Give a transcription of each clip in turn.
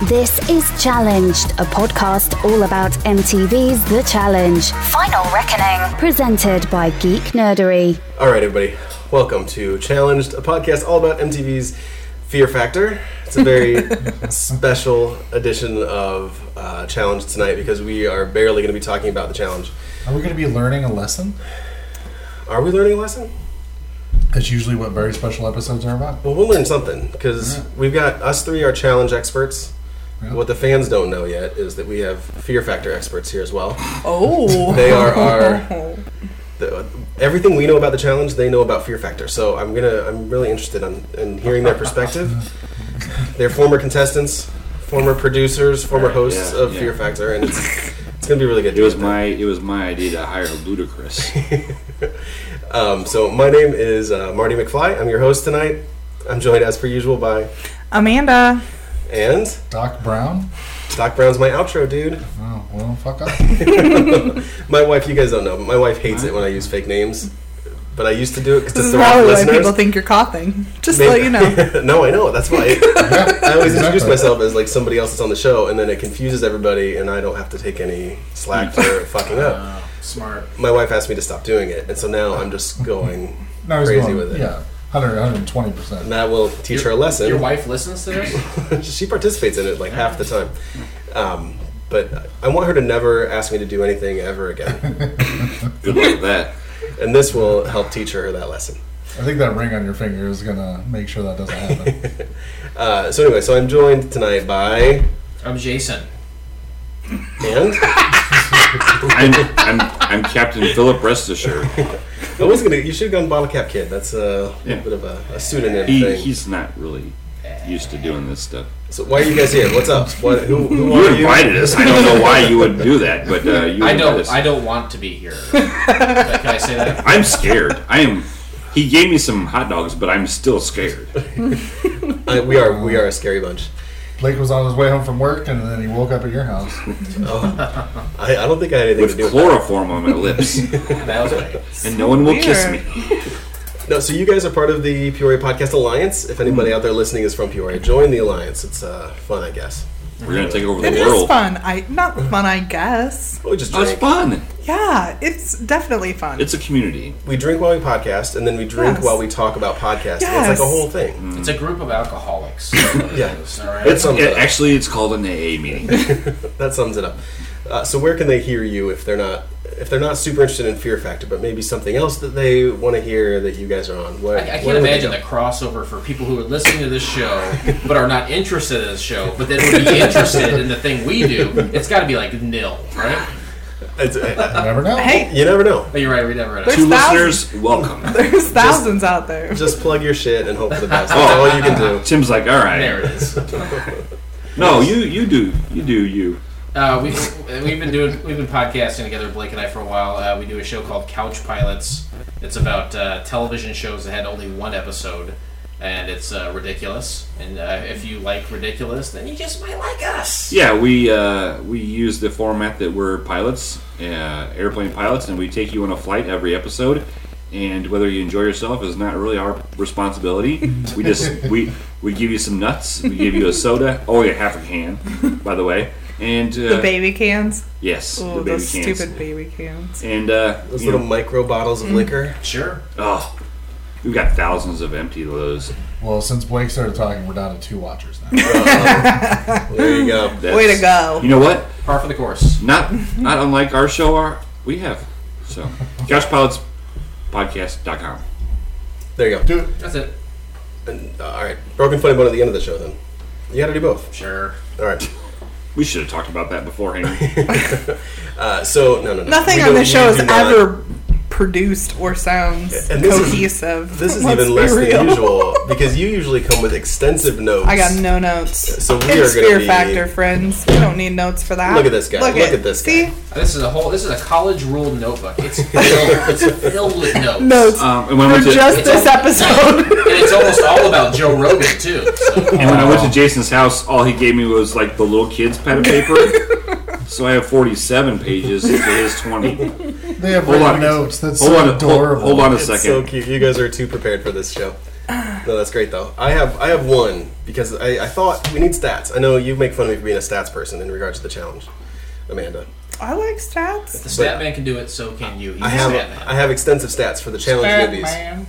This is Challenged, a podcast all about MTV's The Challenge Final Reckoning, presented by Geek Nerdery. All right, everybody, welcome to Challenged, a podcast all about MTV's Fear Factor. It's a very special edition of uh, Challenge tonight because we are barely going to be talking about the challenge. Are we going to be learning a lesson? Are we learning a lesson? That's usually what very special episodes are about. Well, we'll learn something because we've got us three are challenge experts. What the fans don't know yet is that we have Fear Factor experts here as well. Oh. They are our the, everything we know about the challenge. They know about Fear Factor. So I'm gonna I'm really interested in, in hearing their perspective. They're former contestants, former producers, former hosts yeah, of yeah. Fear Factor, and it's, it's gonna be really good. It was my it was my idea to hire Ludacris. um, so my name is uh, Marty McFly. I'm your host tonight. I'm joined as per usual by Amanda. and Doc Brown? Doc Brown's my outro dude. Oh, well, fuck up. My wife, you guys don't know, but my wife hates it when I use fake names. But I used to do it because This it's is the wrong probably why listeners. people think you're coughing. Just so you know. no, I know. That's why I, Yeah, I always introduce exactly. myself as like somebody else that's on the show, and then it confuses everybody, and I don't have to take any slack for fucking up. Oh, smart. My wife asked me to stop doing it, and so now I'm just going No, he's crazy going, with it. Yeah, 100, 120%. And that will teach her a lesson. Your wife listens to this? she participates in it like half the time. Um, but I want her to never ask me to do anything ever again, Good luck with that. and this will help teach her that lesson. I think that ring on your finger is going to make sure that doesn't happen. Uh, so anyway, so I'm joined tonight by I'm Jason. and I'm I'm, I'm Captain Philip Restisher. I was gonna. You should have gone bottle cap kid. That's a Yeah. little bit of a, a pseudonym He, thing. he's not really used to doing this stuff. so why are you guys here? What's up? What, who, who You are you? invited us. I don't know why you would do that, but uh, you I invited don't. us. I don't want to be here. But can I say that? I'm scared. I am. He gave me some hot dogs, but I'm still scared. I, we are we are a scary bunch. Blake was on his way home from work and then he woke up at your house. I, I don't think I had anything With to do with chloroform on my lips, That was right. and no one will kiss me. Weird. that. No, so you guys are part of the Peoria Podcast Alliance. If Hmm. anybody out there listening is from Peoria, join the alliance. It's uh, fun, I guess. We're gonna take over the It world. is fun. I not fun, I guess. But we just Oh, it's drink. fun. Yeah, it's definitely fun. It's a community. we drink while we podcast, and then we drink Yes. while we talk about podcasting. It's like Yes. a whole thing. It's a group of alcoholics. Yeah. All right. That sums It, it up. actually, it's called an AA meeting. That sums it up. Uh, so where can they hear you if they're not if they're not super interested in Fear Factor, but maybe something else that they want to hear that you guys are on? Where, I, I where can't would they imagine go? the crossover for people who are listening to this show but are not interested in this show, but then would be interested in the thing we do. It's got to be like nil, right? It's, uh, You never know. hey, you never know. But you're right. We never read There's Two it. thousands. listeners, welcome. there's thousands out there. Just plug your shit and hope for the best. That's all you can do. Tim's like, all right. There it is. No, you you do you do you. Uh, we've we've been doing we've been podcasting together, Blake and I, for a while. Uh, we do a show called Couch Pilots. It's about uh, television shows that had only one episode, and it's uh, ridiculous. And uh, if you like ridiculous, then you just might like us. Yeah, we uh, we use the format that we're pilots, uh, airplane pilots, and we take you on a flight every episode. And whether you enjoy yourself is not really our responsibility. We just we we give you some nuts, we give you a soda, oh yeah, half a can, by the way, and uh, The baby cans. yes, Oh, the baby those cans, stupid baby cans. and uh, Those you little know, micro bottles Mm. of liquor. Sure. oh, we've got thousands of empty of those. Well, since Blake started talking, we're down to two watchers now. There you go. That's- Way to go. You know what? Par for the course. not not unlike our show our we have so josh pilots podcast.com There you go. That's it. And, uh, all right. Broken funny bone at the end of the show then. You got to do both. Sure. All right. we should have talked about that beforehand Uh, so no, no, no. Nothing We on don't- this show we is do not- ever produced or sounds And this is- cohesive. This is Let's even be less real. than usual because you usually come with extensive notes. I got no notes. So we it's are gonna fear be- factor, friends. We don't need notes for that. Look at this guy. Look at this guy. See? This is a whole. This is a college rule notebook. It's filled. it's filled with notes. Notes um, and when, I for went to, just this episode. And it's almost all about Joe Rogan too. So. and when I went to jason's house all he gave me was like the little kids pen and paper so i have 47 pages to his 20 hold They have Hold written on. notes. That's on so a- hold, adorable. hold on a It's so second cute. You guys are too prepared for this show. No, that's great though. I have I have one because I, I thought we need stats. I know you make fun of me for being a stats person in regards to the challenge, Amanda. I like stats. The stat man can do it, so can you. He's I a have stat man. I have extensive stats for the challenge movies. Batman.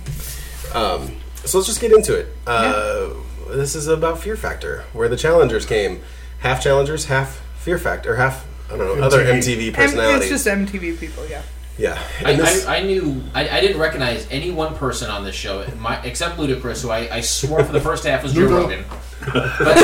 Um, so let's just get into it. Uh, This is about Fear Factor, where the challengers came, half challengers, half Fear Factor, or half I don't know other MTV. MTV M- personalities. it's just MTV people, yeah. yeah, I, And this- I, I knew I, I didn't recognize any one person on this show, my, except Ludacris, who I, I swore for the first half was Joe Ludo. Rogan. But, but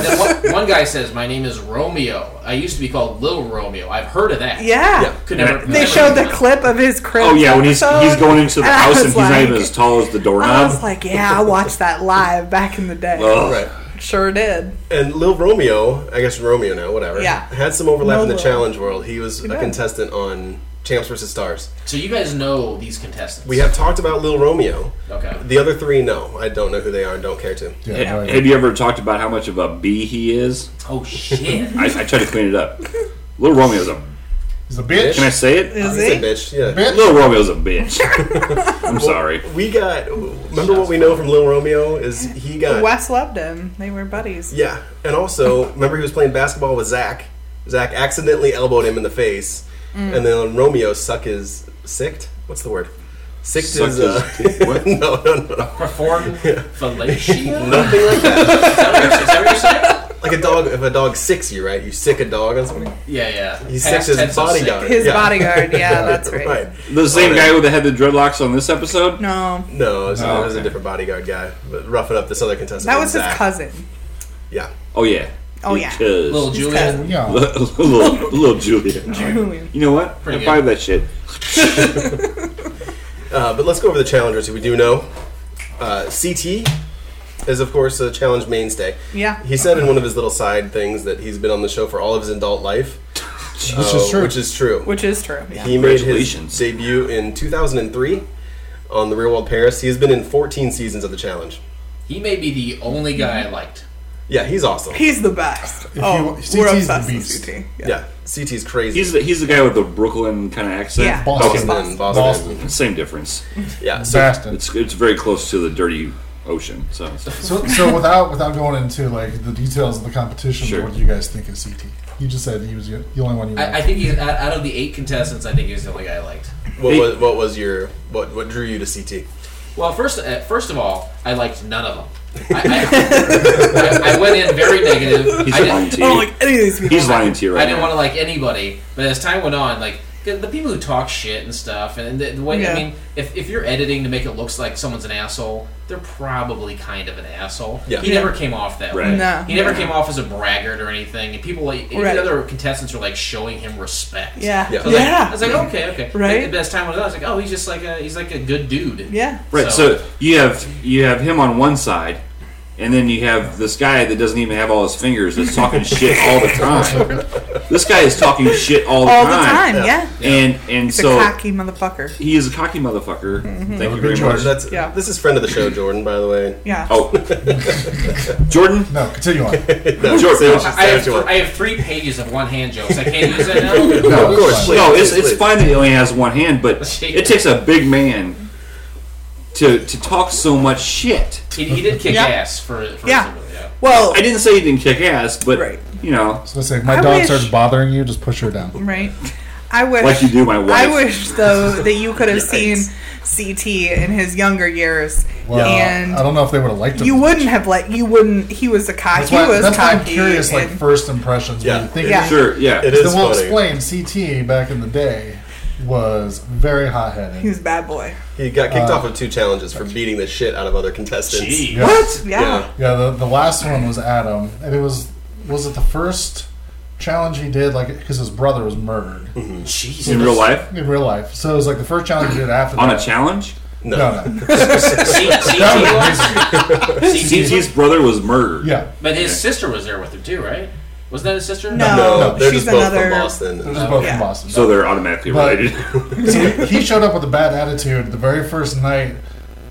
then one, one guy says, "My name is Romeo. I used to be called Lil Romeo. I've heard of that. Yeah. Yeah. could never." They never showed the remember. clip of his crib. Oh yeah, when he's episode, he's going into the and I house and was he's not like- even as tall as the I was doorknob. like, yeah, I watched that live back in the day. Ugh. right. Sure did. And Lil Romeo, I guess Romeo now, whatever. Yeah. Had some overlap in the Lil. challenge world. He was a did. contestant on Champs vs. Stars. So you guys know these contestants. We have talked about Lil Romeo. Okay. The other three, no. I don't know who they are and don't care to. Yeah, Ha- right. Have you ever talked about how much of a bee he is? Oh shit. I, I tried to clean it up. Little Romeo's a. He's a bitch. Can I say it? Is Say he? bitch. Yeah. Bitch. Little Romeo's a bitch. I'm sorry. We got. Remember what we know from Lil Romeo is he got. Wes loved him. They were buddies. Yeah. And also, remember he was playing basketball with Zach. Zach accidentally elbowed him in the face, and then Romeo suck his sicked. What's the word? Sicked Sucked his. Uh, his- what? no, no, no, no. Performed fellatio. Nothing like that. Is that what you're- is that what you're saying? Like a dog, if a dog sicks you, right? You sick a dog on something. Yeah, yeah. He Past sicked his tense of sick. bodyguard. His Yeah. bodyguard. Yeah, that's right. Right. The same Okay. guy with the head the dreadlocks on this episode. No, No, it was, Oh, it was a okay. different bodyguard guy, but roughing up this other contestant. that named was his Zach. cousin. Yeah. Oh yeah. Oh, yeah. Because- Little Julian. cousin. Yeah. little, little Julian. Julian. You know what? I Pretty buy that shit. Uh, but let's go over the challengers who we do know. Uh, CT is, of course, a challenge mainstay. Yeah. He said in one of his little side things that he's been on the show for all of his adult life, Which uh, is true. Which is true. Which is true. Yeah. he made his Congratulations. debut in 2003 on the Real World Paris. He has been in 14 seasons of the challenge. He may be the only guy I liked. Yeah, he's awesome. He's the best. you- oh, CT's we're the obsessed beast. with CT. Yeah. yeah, CT's crazy. He's the he's the guy with the Brooklyn kind of accent. Oh, Yeah. Boston. Boston, Boston. Boston. Same difference. Yeah, so Boston. It's it's very close to the dirty ocean. So So, so without without going into like the details of the competition, Sure. what do you guys think of CT? You just said he was the the only one you. I, I think he's out, out of the eight contestants. I think he was the only guy I liked. what He- was, what was your what what drew you to CT? Well, first, uh, first of all, I liked none of them. I, I, I, I went in very negative. he's I lying didn't, to I don't you. Oh, like any of these people. he's lying to you right I didn't now. want to like anybody, but as time went on, like the, the people who talk shit and stuff, and the, the way Yeah. I mean, if, if you're editing to make it look like someone's an asshole, they're probably kind of an asshole. Yeah. He never came off that way. Right. No. He never came off as a braggart or anything. And people like even Right. the other contestants were like showing him respect. Yeah. Yeah. Yeah. So like, I was like, okay, okay. Right. And as time went on, I was like, oh, he's just like a he's like a good dude. Yeah. Right. So- So, you have you have him on one side, and then you have this guy that doesn't even have all his fingers that's talking shit all the time. This guy is talking shit all the All the time. time. Yeah. And and He's so a Mm-hmm. cocky motherfucker. he is a cocky motherfucker. Thank you Good very choice. much. That's Yeah. this is friend of the show Jordan, by the way. Yeah. Oh, Jordan. no, continue on. No, Jordan. say what you- say I what have, you th- want. I have three pages of one hand jokes. I can't use that now. No, of course, Please, no, it's, please, it's please. fine that he only has one hand, but Shake it it. takes a big man to to talk so much shit. He, he did kick Yeah. ass for, for Yeah. some of it, yeah. Well, I didn't say he didn't kick ass, but Right. you know, So let's say if my I dog wish- starts bothering you, just push her down. right. I wish. like you do my wife. I wish though that you could have seen CT in his younger years, Well, and I don't know if they would have liked him. you wouldn't have let you wouldn't. He was a cock. That's he why, was that's why cocky. I'm curious, like and- first impressions. Yeah. When you think Yeah. of Sure, yeah. It it. is Then we'll funny. explain. CT back in the day was very hot headed. he was a bad boy. He got kicked Uh, off of two challenges for beating the shit out of other contestants. Gee. What? Yeah. Yeah. Yeah, the, the last one was Adam, and it was was it the first challenge he did like because his brother was Mm-hmm. murdered Jesus. in real life in real life. So it was like the first challenge he did after on a that. challenge. No. No, no, C- CT was? CT's brother was murdered. yeah, But his sister was there with him too, right? Wasn't that his sister? No, No. No, they're she's just both another- from Boston. they're just both Yeah. from Boston. So they're automatically But- related. So he showed up with a bad attitude the very first night.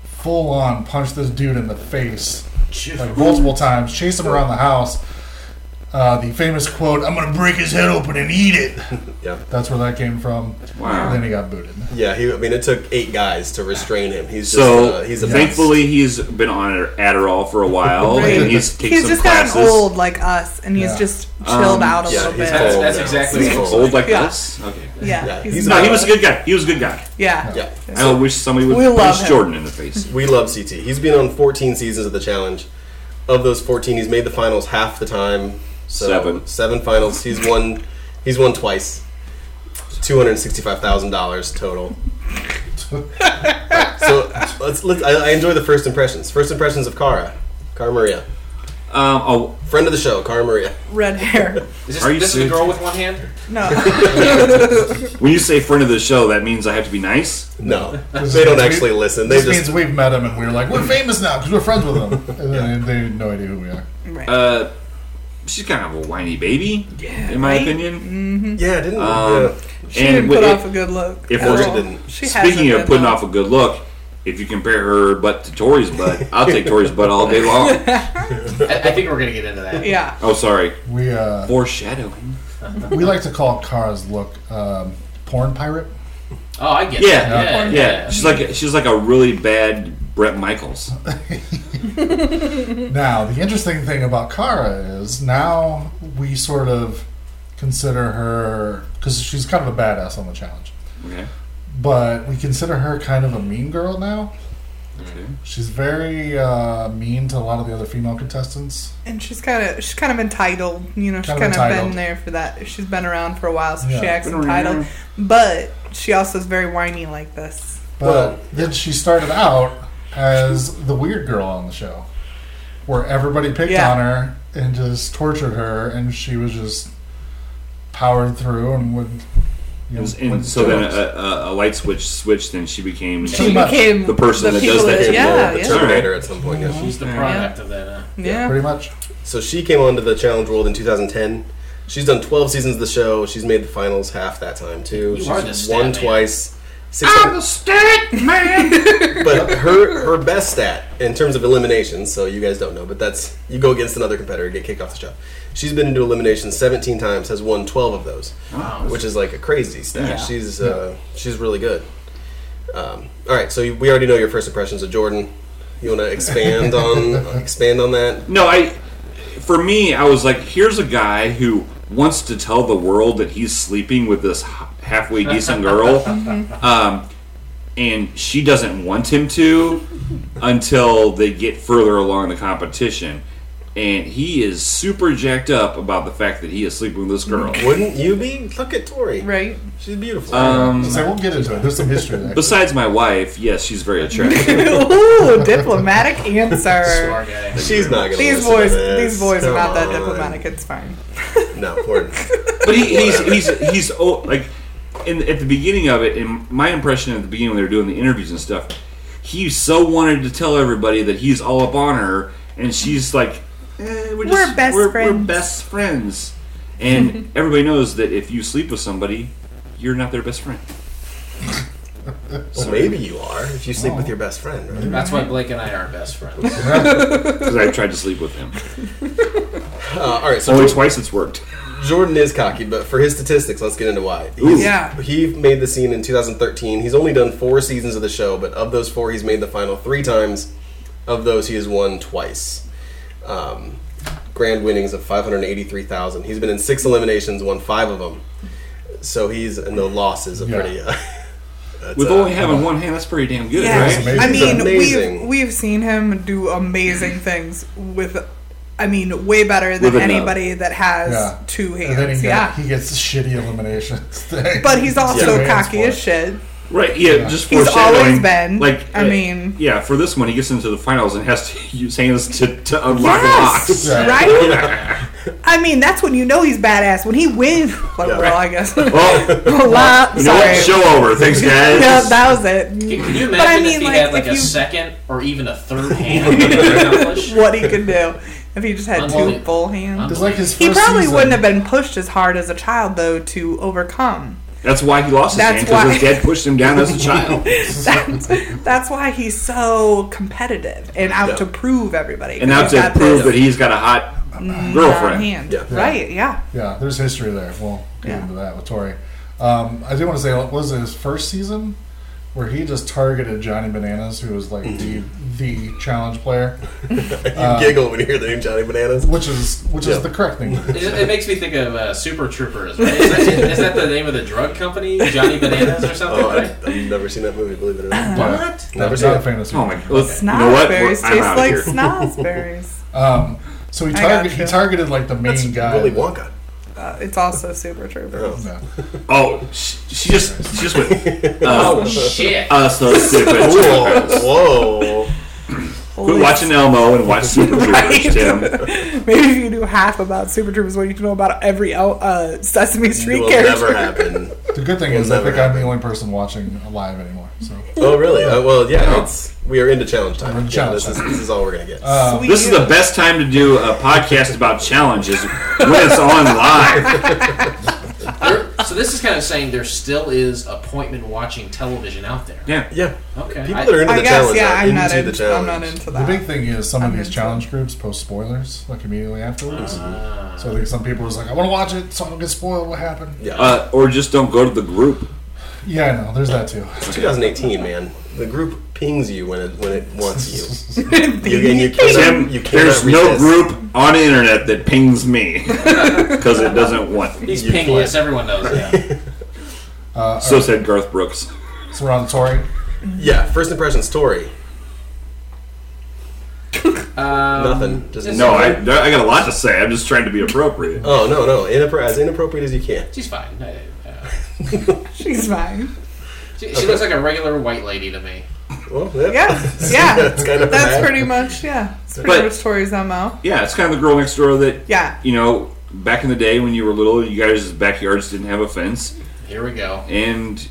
Full on punched this dude in the face like multiple times, chased him around the house. uh, the famous quote, "I'm gonna break his head open and eat it." Yeah. That's where that came from. Wow. And then he got booted. Yeah, he, I mean, it took eight guys to restrain him. He's just, So uh, he's a thankfully he's been on Adderall for a while Right. and he's taken he's some just classes. gotten old like us, and he's Yeah. just chilled Um, out a yeah, little he's bit. That's, old that's now. exactly He's what old. Old like Yeah. us. Okay. yeah, Yeah, he's, he's No, he was a good guy. He was a good guy. yeah. Yeah. I wish somebody would We love punch him. Jordan in the face. We love CT. He's been on 14 seasons of the challenge. Of those 14, he's made the finals half the time. So Seven. Seven finals. He's won. He's won twice. Two hundred sixty-five thousand dollars total. so let's, let's I, I enjoy the first impressions. First impressions of Cara, Cara Maria, Um, oh, friend of the show, Cara Maria. Red hair. Is this, Are you this the serious? girl with one hand? No, when you say friend of the show, that means I have to be nice. No, they don't actually listen. They This just means we've met him and we're like, we're famous now because we're friends with him. And then they have no idea who we are. right. Uh, she's kind of a whiny baby, in my right? Mm-hmm. opinion. yeah didn't Um, yeah. she didn't wi- put it- off a good look. if at we're- all. didn't. she has speaking a of good putting look. off a good look, if you compare her butt to Tori's butt, I'll take Tori's butt all day long. I, I think we're gonna get into that. yeah, Oh, sorry, We uh, foreshadowing. we like to call Kara's look um, porn pirate. Oh, I get. Yeah, that. yeah, yeah, She's like she's like a really bad Brett Michaels. Now, the interesting thing about Kara is now we sort of consider her because she's kind of a badass on the challenge, Okay. but we consider her kind of a mean girl now. Okay. She's very uh, mean to a lot of the other female contestants. and she's kind of she's kind of entitled. You know, she's Kind of kind of been entitled. there for that. She's been around for a while, so Yeah. she acts Been around. entitled. But she also is very whiny like this. But Well- then she started out as the weird girl on the show, where everybody picked Yeah. on her and just tortured her, and she was just powered through and would. You know, And, went and to so then uh, jokes. a, a, a light switch switched, and she became. She much. became The person that does people that to Yeah, the yeah, Sure. Terminator at some point. Yeah. She's the product of that. Uh, yeah. pretty much. So she came onto the challenge world in 2010. She's done 12 seasons of the show. She's made the finals half that time too. You She's are the stat won man. twice. 600 I'm a stat man. but her her best stat in terms of eliminations. So you guys don't know, but that's you go against another competitor, get kicked off the show. She's been into eliminations 17 times, has won 12 of those, which is like a crazy stat. Yeah. She's uh, she's really good. Um, all right, so we already know your first impressions of Jordan. You want to expand on expand on that? No, I. For me, I was like, here's a guy who wants to tell the world that he's sleeping with this h- halfway decent girl, um, and she doesn't want him to until they get further along the competition. And he is super jacked up about the fact that he is sleeping with this girl. Wouldn't you be? Look at Tori. Right. She's beautiful. Um, So we'll get into it. There's some history there. besides my wife, yes, she's very attractive. Ooh, diplomatic answer. smart guy. She's not gonna. These listen boys, to this. these boys are Come not that on. diplomatic. It's fine. No, we're, But he, he's he's he's oh, like in at the beginning of it. In my impression at the beginning when they were doing the interviews and stuff, he so wanted to tell everybody that he's all up on her, and she's like, eh, "We're just We're best We're friends." best friends." And everybody knows that if you sleep with somebody, you're not their best friend. well, maybe you are if you sleep with your best friend. Right? Mm-hmm. That's why Blake and I are best friends. Because I tried to sleep with him Uh, all right, so only Jor- twice. It's worked. Jordan is cocky, but for his statistics, let's get into why. He's- Yeah. he made the scene in 2013. He's only done four seasons of the show, but of those four, he's made the final three times. Of those, he has won twice. Um, grand winnings of 583,000. He's been in six eliminations, won five of them. So he's and the losses are Yeah. pretty. Uh, that's, With uh, only having one hand, that's pretty damn good, Yeah, right? amazing. I mean, It's amazing. we've we've seen him do amazing things with, I mean, way better than With a nub. anybody that has Yeah. And two then he, hands. got, Yeah, he gets the shitty eliminations thing. but he's also Yeah. cocky as shit. Right, yeah, just He's foreshadowing. always been, Like, I uh, mean- yeah, for this one, he gets into the finals and has to use hands to, to unlock Yes, locks. Yeah. right. I mean, that's when you know he's badass when he wins. But well, I guess. Well, Wow, Oh, you know sorry. what? Show over. Thanks, guys. yeah, that was it. Can you imagine But I mean, if he like, had like if a you- second or even a third hand? to accomplish? What he could do if he just had two Unbelievable. full hands. It's like his first He probably season. wouldn't have been pushed as hard as a child though to overcome. That's why he lost his That's hand because his why. dad pushed him down as a child. that's, that's why he's so competitive and out Yeah. to prove everybody. And now He's to got prove this- Mm, that he's got a hot I'm not. Girlfriend. hand. Yeah. Right, yeah. Yeah, there's history there. We'll get Yeah. into that with Tori. Um, I do want to say, what was it his first season where he just targeted Johnny Bananas, who was like Mm-hmm. the the challenge player, you Uh, giggle when you hear the name Johnny Bananas. which is which Yeah. is the correct thing. to It, do. it makes me think of uh, Super Troopers. Right? Is, that, is that the name of the drug company, Johnny Bananas or something? Oh, I, right? I've never seen that movie. Believe it or not. Yeah. What? Not, Never not seen a it. fan of Oh my Superman. god! Look, you know what? We're- Snozberries I'm out taste of like here. snozberries. Um, so he, I target, he gotcha. targeted like the main That's guy. Willy Wonka. Uh, it's also super trooper. Oh. Yeah. Oh, she, she just she just went. Oh Uh, shit! uh, so stupid. Whoa! Whoa! Quit Holy watching Elmo and watch Super Troopers, Tim. Maybe if you knew half about Super Troopers, what you know about every El- uh, Sesame It Street will character. never happen. The good thing Will is, I never think I'm happen. the only person watching live anymore. So Oh, really? Uh, well, yeah. It's we are into challenge time. We're in Yeah, challenge this, is, time. Uh, this is all we're gonna get. Sweet. This is the best time to do a podcast about challenges when it's on live. There- so this is kind of saying there still is appointment watching television out there. Yeah. yeah. Okay. People I- that are into I the guess, challenge yeah, are I'm into not, the in, I'm challenge. not into the that. big thing is some I'm of these into challenge groups post spoilers like immediately afterwards. so I think some people was like, I want to watch it, so I don't get spoiled. What happened? yeah. Uh, or just don't go to the group. Yeah, I know. There's that too. 2018, man. The group pings you when it when it wants you. you, and you Tim, cannot, you cannot there's no resist. group on the internet that pings me because it doesn't want me. He's pingless. Everyone knows that. So said Garth Brooks. So we're on Tori. Yeah. First impression story. Um, Nothing. Just it's- No, I, I got a lot to say. I'm just trying to be appropriate. Oh no no! Inappro- as inappropriate as you can. She's fine. I- uh, She's fine. she, she looks like a regular white lady to me. Well, yeah. Yeah, yeah. That's kind of That's bad. pretty much, yeah. It's pretty But- much Tori's MO. Yeah, it's kind of the girl next door that, Yeah. you know, back in the day when you were little, you guys' backyards didn't have a fence, Here we go. and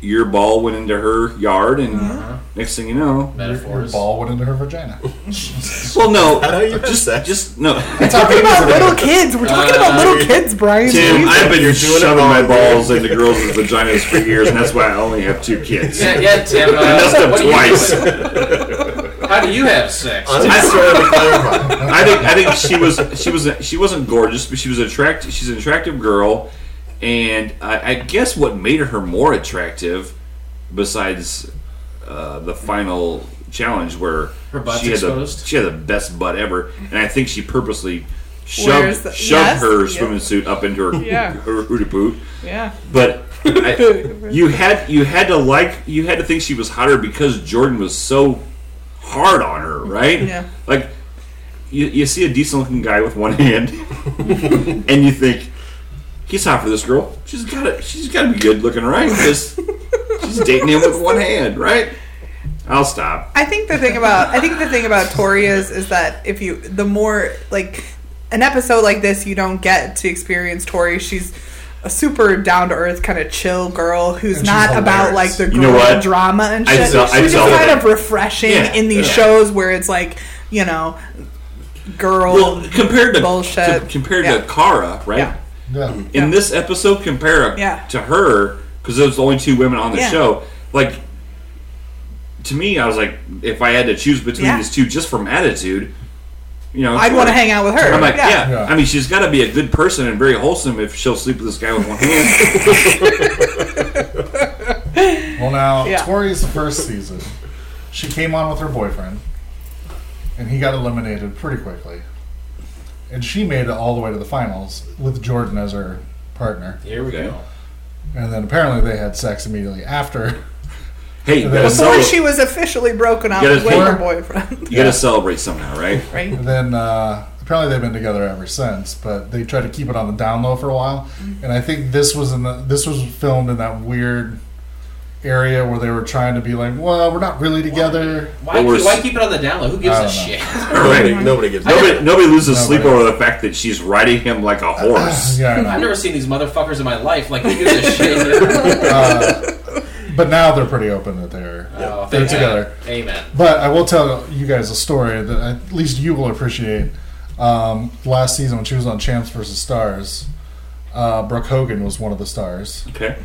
your ball went into her yard, and Uh-huh. next thing you know, Your Metaphors. ball went into her vagina. well, no, How do you have just sex? just no. Talking about little kids. We're talking about little kids, Brian. Tim, I've been doing it shoving my wrong, balls into girls' vaginas for years, and that's why I only have two kids. Yeah, yeah, Tim. Uh, I messed up what do you- twice. how do you have sex? I'm just trying to clarify. I think I think she was she was she wasn't gorgeous, but she was attract. She's an attractive girl, and I, I guess what made her more attractive, besides uh, the final challenge where Her butt's she had the exposed? she had the best butt ever, and I think she purposely Where's shoved the- shoved yes, her yeah. swimming suit up into her Yeah. her hootie poot. Yeah. But I, you had you had to like you had to think she was hotter because Jordan was so hard on her, right? Yeah. Like you, you see a decent looking guy with one hand, and you think he's hot for this girl. She's got to she's got to be good looking, right? Because she's dating him with one hand, right? I'll stop. I think the thing about I think the thing about Tori is is that if you the more like an episode like this you don't get to experience Tori. She's a super down to earth kind of chill girl who's And she's not about hilarious. like the girl You know what? drama and I shit. tell- I she's tell just kind that. of refreshing Yeah, in these yeah. shows where it's like you know girl Well, compared to bullshit. to- compared Yeah. to Kara, right? Yeah. Yeah. in this episode compare her Yeah. to her because there's only two women on the Yeah. show like to me i was like if i had to choose between Yeah. these two just from attitude you know I'd want to hang out with her. i'm like yeah, Yeah. i mean she's got to be a good person and very wholesome if she'll sleep with this guy with one hand Well, now Yeah. Tori's first season, she came on with her boyfriend, and he got eliminated pretty quickly. And she made it all the way to the finals with Jordan as her partner. Here we Okay. go. And then apparently they had sex immediately after. hey you gotta, Before cel- she was officially broken up You with gotta think- her boyfriend, you gotta celebrate somehow right right? And then uh, apparently they've been together ever since, but they tried to keep it on the down low for a while. Mm-hmm. And I think this was in the this was filmed in that weird area where they were trying to be like, well, we're not really together. Why, Or why s- keep it on the download? Who gives I a don't know. shit? Right. Nobody, nobody gives. Nobody, nobody loses Nobody. Uh, sleep over the fact that she's riding him like a horse. Yeah, I know. I've never seen these motherfuckers in my life. Like, who gives a shit? But now they're pretty open that they're Oh, they're thank God. together. Amen. But I will tell you guys a story that at least you will appreciate. Um, last season when she was on Champs versus Stars, uh, Brooke Hogan was one of the stars. Okay.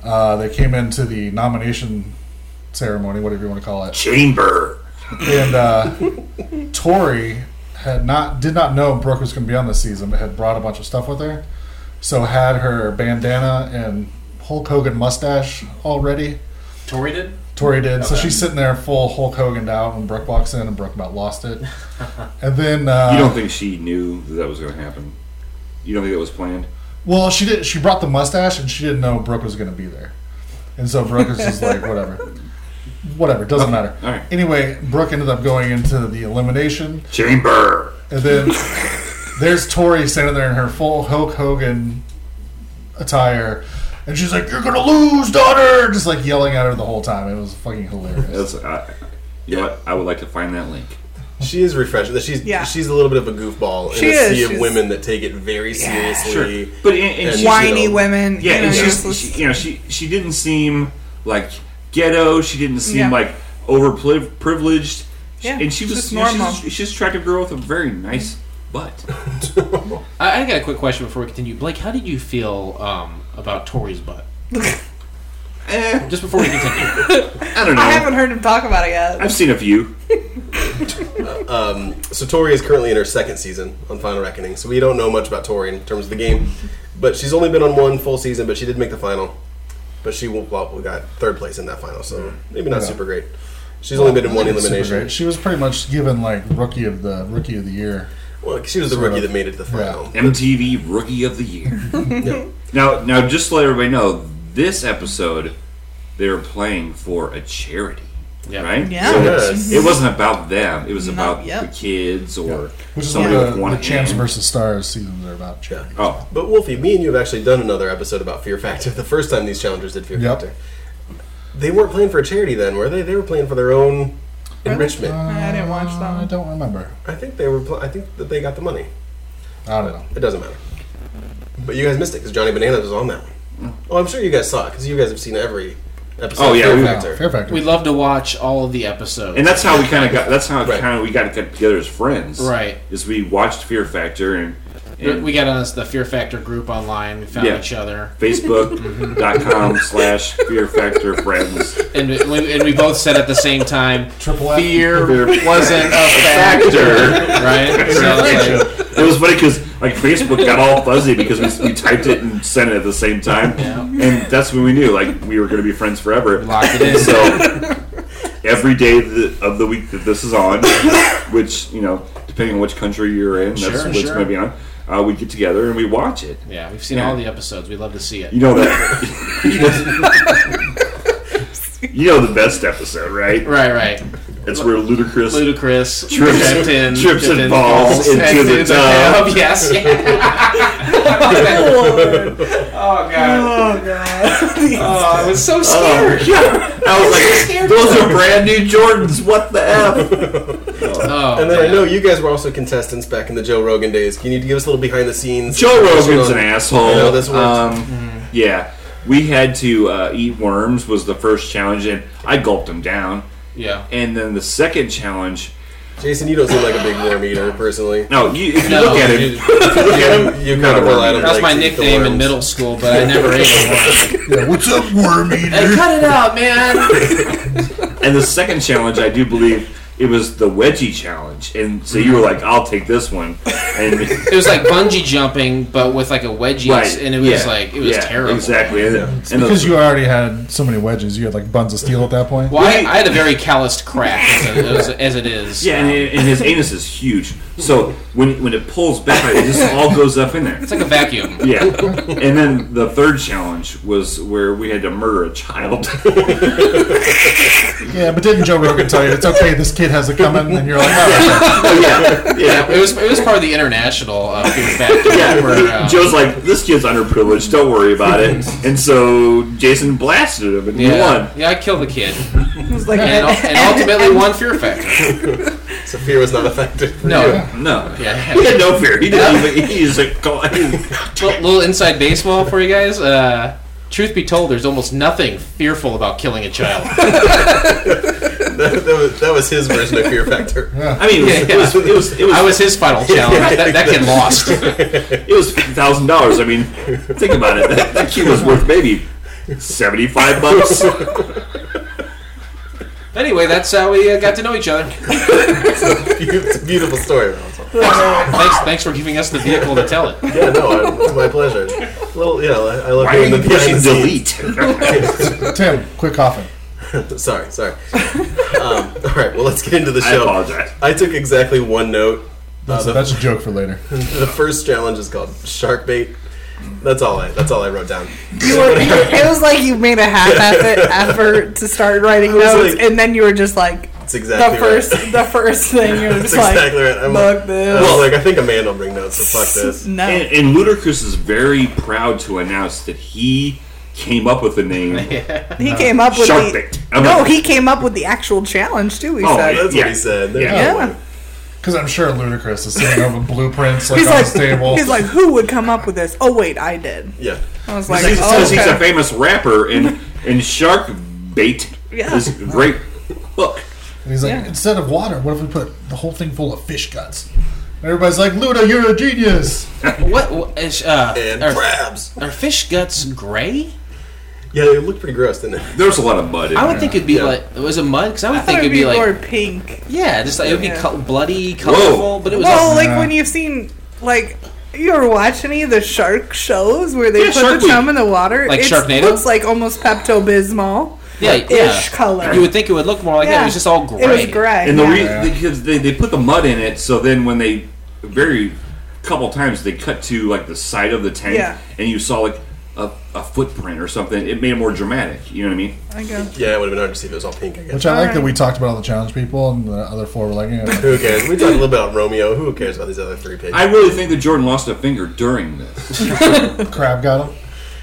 Uh, they came into the nomination ceremony, whatever you want to call it, Chamber. and uh, Tori had not did not know Brooke was going to be on this season, but had brought a bunch of stuff with her. So had her bandana and Hulk Hogan mustache already. Tori did. Tori did. So Okay. she's sitting there full Hulk Hogan out when Brooke walks in, and Brooke about lost it. And then uh, you don't think she knew that, that was going to happen? You don't think that was planned? Well, she did. She brought the mustache, and she didn't know Brooke was going to be there, and so Brooke is just like, whatever, whatever, doesn't matter. All right. Anyway, Brooke ended up going into the elimination, Chamber. and then there's Tori standing there in her full Hulk Hogan attire, and she's like, "You're gonna lose, daughter!" Just like yelling at her the whole time. It was fucking hilarious. That's, I, you know what? I would like to find that link. She is refreshing. That she's Yeah. she's a little bit of a goofball in She a is, sea of she's- women that take it very seriously. But and, and And she's- why- Whiny you know, women. yeah, you know, and she's, just- she, you know, she she didn't seem like ghetto. She didn't seem Yeah. like overprivileged. Yeah, and she was just you know, she's- normal. She's, just attractive girl with a very nice butt. I, I got a quick question before we continue. Blake, how did you feel um, about Tori's butt? eh, Just before we continue, I don't know. I haven't heard him talk about it yet. I've seen a few. So Tori is currently in her second season on Final Reckoning, so we don't know much about Tori in terms of the game. But she's only been on one full season, but she did make the final. But she w- well, we got third place in that final, so maybe not Mm. Yeah. super great. She's only been in one It's super elimination. great. She was pretty much given like rookie of the rookie of the year. Well, she was the Sort rookie of. that made it to the Yeah. final. MTV Rookie of the Year. Yeah. Now, now, just to let everybody know, this episode they were playing for a charity, Yeah. right? Yeah. So Yes. it wasn't about them. It was No, about yep. the kids or Which is what somebody the, with one the champs hand. versus stars seasons are about. Charity. Oh, But Wolfie, me and you have actually done another episode about Fear Factor. The first time these challengers did Fear Yep. Factor, they weren't playing for a charity then, were they? They were playing for their own enrichment. I didn't watch that Uh, I one. don't remember. I think they were. Pl- I think that they got the money. I don't know. It doesn't matter. But you guys missed it because Johnny Bananas was on that one. Oh, I'm sure you guys saw it because you guys have seen every episode. Oh, of yeah, Fear we- Yeah, Factor. Fair factor. we love to watch all of the episodes. and that's how we kind of got. That's how Right. kind of we got to get together as friends, Right. Is we watched Fear Factor and, and we got on this, the Fear Factor group online. We found Yeah. each other, Facebook.com slash Fear Factor friends. and we, and we both said at the same time, Triple F. fear wasn't a factor, right? So it's like, It was funny because like Facebook got all fuzzy because we, we typed it and sent it at the same time, and that's when we knew like we were going to be friends forever. locked it in. So every day of the, of the week that this is on, which you know, depending on which country you're in, that's Sure, what's sure. going to be on. Uh, we get together and we watch it. Yeah, we've seen all the episodes. We love to see You it. know that. you know the best episode, right? Right, right. It's where ludicrous. Ludicrous Trips- tripped in, trips tripped and in, falls into and the tub. Yes. yeah. oh god. Oh god. Oh, I was so scared. yeah, I was like, those are brand new Jordans. What the f? Oh, And then I know you guys were also contestants back in the Joe Rogan days. Can you give us a little behind the scenes? Joe Rogan's on- an asshole. I know this Mm-hmm. works. Um, yeah, we had to uh, eat worms was the first challenge, and I gulped him down. yeah. And then the second challenge. Jason, you don't seem like a big worm eater personally. No, you, if you No, look at you- it, you kind of rely on him. That was like, my to eat the nickname in worms. middle school, but I never ate it. Yeah, what's up, worm Hey, eater? cut it out, man. and the second challenge, I do believe it was the wedgie challenge. And so you were like, "I'll take this one," and It was like bungee jumping, but with like a wedgie, and it was yeah, like it was yeah, terrible. Exactly. And, and Because the- you already had so many wedges, you had like buns of steel at that point. Well, I, I had a very calloused crack as, as, as it is. yeah, and, and his anus is huge. So when when it pulls back, it just all goes up in there. it's like a vacuum. Yeah. And then the third challenge was where we had to murder a child. Yeah, but didn't Joe Rogan tell you it's okay? This kid has it coming, and you're like, oh, Yeah, it was it was part of the international uh, fear factor. yeah. where, uh, Joe's like, this kid's underprivileged. Don't worry about it. And so Jason blasted him and he yeah, won. yeah, I killed the kid, It was like and, and ultimately won fear factor. So fear was not a factor. for you. No, No. yeah. He had no fear. He didn't even. He's like, go- he- Little, little inside baseball for you guys. Uh, truth be told, there's almost nothing fearful about killing a child. that, that was, that was his version of fear factor. I mean, it was it was it was I was his final challenge. That, that kid lost. it was fifty thousand dollars. I mean, think about it. That, that kid was worth maybe seventy five bucks. Anyway, that's how we uh, got to know each other. It's a beautiful story. Russell. thanks, thanks for giving us the vehicle to tell it. Yeah, no, I, it's my pleasure. Little, yeah, I I love doing the behind the scenes. delete? Tim, quit coughing. sorry, sorry. Um, all right, well, let's get into the I show. apologize. I took exactly one note. Uh, That's, the, that's a joke for later. the first challenge is called shark bait. That's all I. That's all I wrote down. You were, you, it was like you made a half-assed effort to start writing was notes, like- and then you were just like That's exactly the first, right. the first thing you were That's just exactly like, right. I'm "Fuck like, this." I was eh, like, I think Amanda will bring notes. So fuck this. no. And, and Ludacris is very proud to announce that he came up with the name He came up with Shark the Bait. I'm no. like- He came up with the actual challenge too. He Oh, said, yeah. That's what he said. There's Yeah. no Yeah. way. Because I'm sure Ludacris is sitting over blueprints like "He's on like, his table. he's like, who would come up with this? Oh wait, I did. Yeah. I was like, He's- oh, says he's a okay. famous rapper, and and Shark Bait Yeah. is a great hook. And he's like, Yeah. instead of water, what if we put the whole thing full of fish guts? And everybody's like, Luda, you're a genius. What, what is, uh, And are, crabs. are fish guts gray? Yeah, they looked pretty gross, didn't they? There's a lot of mud in I would there. think it'd be Yeah. like was it mud? Because I would I think thought it'd it'd be, be like more pink. yeah, just like, it would be Yeah. col- bloody, colorful. But it was Well, like, like when you've seen like you ever watch any of the shark shows where they Yeah, put Shark the Week. chum in the water? Like It Sharknado? looks like almost Pepto Bismol yeah, ish yeah. color. You would think it would look more like that. It was just all gray. It was gray. And the yeah. reason because they, they put the mud in it, so then when they very couple times they cut to like the side of the tank, Yeah. and you saw like a, a footprint or something. It made it more dramatic. You know what I mean? I guess. Yeah, it would have been hard to see if it was all pink. I guess. Which I like that we talked about all the challenge people, and the other four were like, yeah. Who cares? We talked a little bit about Romeo. Who cares about these other three pigs? I really think that Jordan lost a finger during this. crab got him.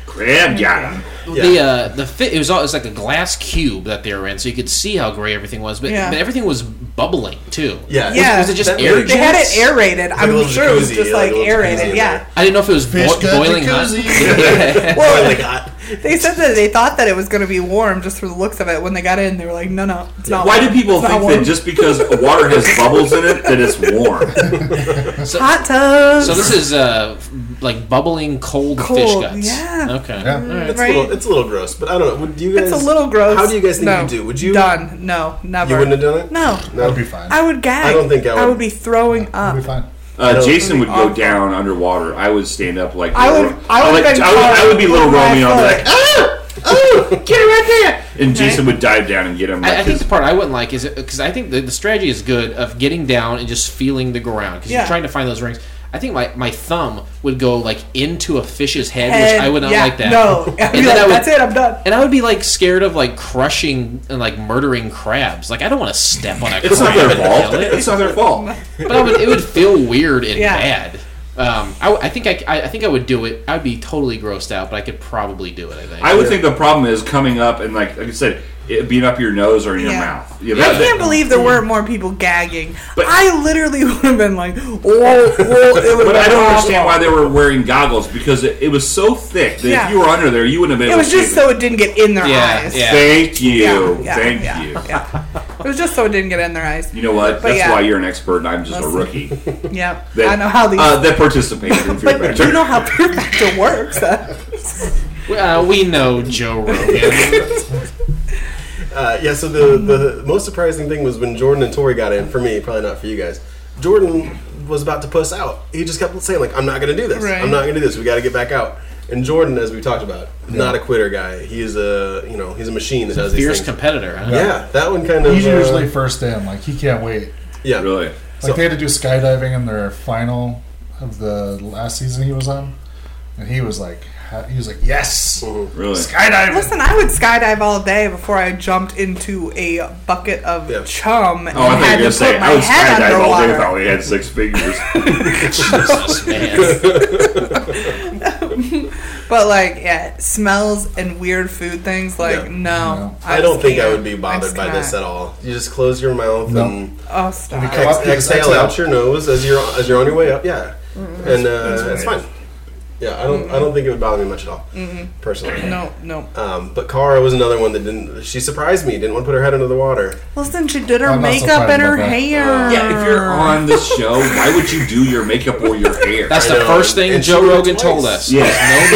Crab got him. The uh, the fit it was all it was like a glass cube that they were in, so you could see how gray everything was. But, Yeah. but everything was bubbling too. yeah. Yeah. was it just That air really- They had it aerated. a I'm little sure it was jacuzzi, just yeah, like like a little jacuzzi in aerated. Yeah. there. I didn't know if it was bo- Fish got boiling hot. jacuzzi. Oh Well, my god. they said that they thought that it was going to be warm just for the looks of it. When they got in, they were like, "No, no, it's not." Why warm. do people It's not think warm. that just because water has bubbles in it that it's warm? hot tubs? So this is uh, like bubbling cold, fish Cold, guts. yeah. Okay. Yeah. It's, Right. a little, it's a little gross, but I don't know. Would you guys? it's a little gross. How do you guys think No. you do? Would you? done? No, never. You wouldn't have done it. No, No. That'd be fine. I would gag. I don't think I would. be throwing up. That'd be fine. Uh, No. Jason would go Awful. down underwater. I would stand up like I would- I would've like- been I would, I would be caught little with my Romeo. I'd be like, foot. ah, oh, get him right there! And Jason would dive down and get him. I, I like, think the his- part I wouldn't like is because I think the, the strategy is good of getting down and just feeling the ground because Yeah. you're trying to find those rings. I think my, my thumb would go like into a fish's head, Head, which I would not yeah, like that. No, I'd be then like, I would- that's it. I'm done. And I would be like scared of like crushing and like murdering crabs. Like I don't want to step on a it's not crab their and fault. kill it. It's not their fault. But I would, it would feel weird and Yeah. bad. Um, I, w- I think I, c- I- I think I would do it. I'd be totally grossed out, but I could probably do it. I think. I would think the problem is coming up and like, like I said, it being up your nose or in your Yeah. mouth. Yeah, I that- that- can't believe there weren't more people gagging. But- I literally would have been like, "Oh, oh it would But have I been don't awful. understand why they were wearing goggles because it, it was so thick that Yeah. if you were under there, you wouldn't have been It able was to just see so it didn't get in their Yeah, eyes. yeah. Thank you. Yeah, yeah, Thank yeah, you. yeah. It was just so it didn't get in their eyes. You know what? But That's yeah. why you're an expert and I'm just a Listen. rookie. Yeah, That, I know how these. uh, that participated in Fear but Factor. you know how peer factor works. uh, huh? We- uh, we know Joe Rogan. Uh, yeah. So the the most surprising thing was when Jordan and Tori got in. For me, probably not for you guys. Jordan was about to puss out. He just kept saying like, "I'm not going to do this. Right. I'm not going to do this. We got to get back out." And Jordan, as we talked about, not a quitter guy. He is a you know he's a machine that does these fierce things. competitor. Huh? yeah, that one kind of He's uh, usually first in. Like, he can't wait. yeah. Really? Like, So- they had to do skydiving in their final of the last season he was on. And he was like, ha- he was like, yes! Mhm. Really? Skydiving! Listen, I would skydive all day before I jumped into a bucket of Yeah. chum and Oh, I thought you were had going to to say, put my I would head skydive all day underwater. if I only had six fingers. Jesus, man. But like, yeah, smells and weird food things. Like, Yeah. no, No. I don't think I would be I bothered just by this can't. at all. You just close your mouth No. and Oh, stop! Come ex- up, you just exhale exhale. Mm-hmm. out your nose as you're as you're on your way up. Yeah, and uh, it's fine. Yeah, I don't. I don't think it would bother me much at all, personally. Mm-hmm. No, no. Um, but Kara was another one that didn't. She surprised me. Didn't want to put her head under the water. Listen, she did her I'm not makeup and surprised her about that. hair. Yeah, if you're on this show, why would you do your makeup or your hair? That's I the know, first and- thing and she Joe went Rogan twice. told us. Yeah. There's no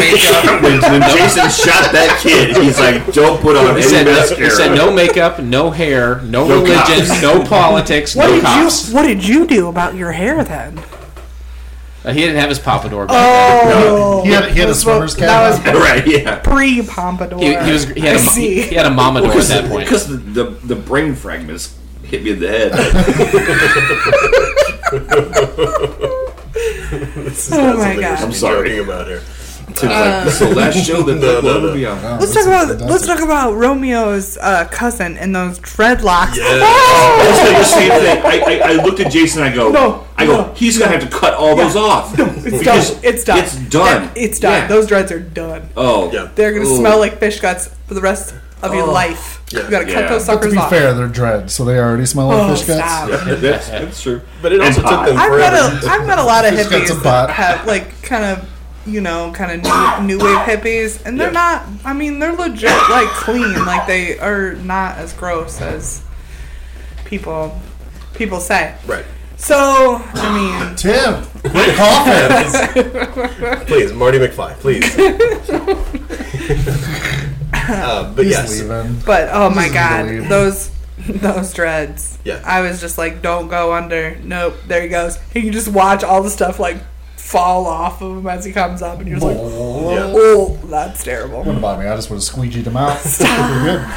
makeup. when, when Jason shot that kid, he's like, "Don't put on He any said, no, mascara." he said no makeup, no hair, no, No religion, cops. no politics, What no did cops. you What did you do about your hair then? Uh, he didn't have his pompadour back Oh, He had- he had a That's what- swimmer's cap That on. was Right? Yeah. pre pompadour. then. He, he was he had, I a, mo- see. he had a mamador at that point. because the, the the brain fragments hit me in the head. This is Oh not my something we God. should I'm be sorry. Joking about her. Tim's Uh. like, "This is the last show that No, we'll no, ever no. be on." Wow, Let's this talk is about fantastic. let's talk about Romeo's uh, cousin and those dreadlocks. Yeah. Oh! I said the same thing. I, I, I looked at Jason. I go, No, I go. no. He's gonna have to cut all those off. No, It's done. It's done. It's done. That- It's done. Yeah. Those dreads are done. Oh, Yeah. They're gonna Ooh. smell like fish guts for the rest of your life. Oh. Yeah. You gotta cut Yeah. those But to suckers be off. fair, they're dread, so they already smell like Oh, fish guts. stop. that's, that's true. But it And also took pie. them I've forever. met a I've met a lot of Fish guts hippies and pot. that have like kind of you know kind of new, new wave hippies, and Yeah. they're not. I mean, they're legit like clean. Like they are not as gross as people people say. right. So I mean, Tim, quit coughing. Please, Marty McFly. Please. uh, but He's yes, leaving. but oh my is god, unbelievable. those. Those dreads. Yeah. I was just like, don't go under. Nope. There he goes. And you just watch all the stuff like fall off of him as he comes up, and you're just like, yeah. oh, that's terrible. Wouldn't bother me. I just would have squeegeed him out. We're good.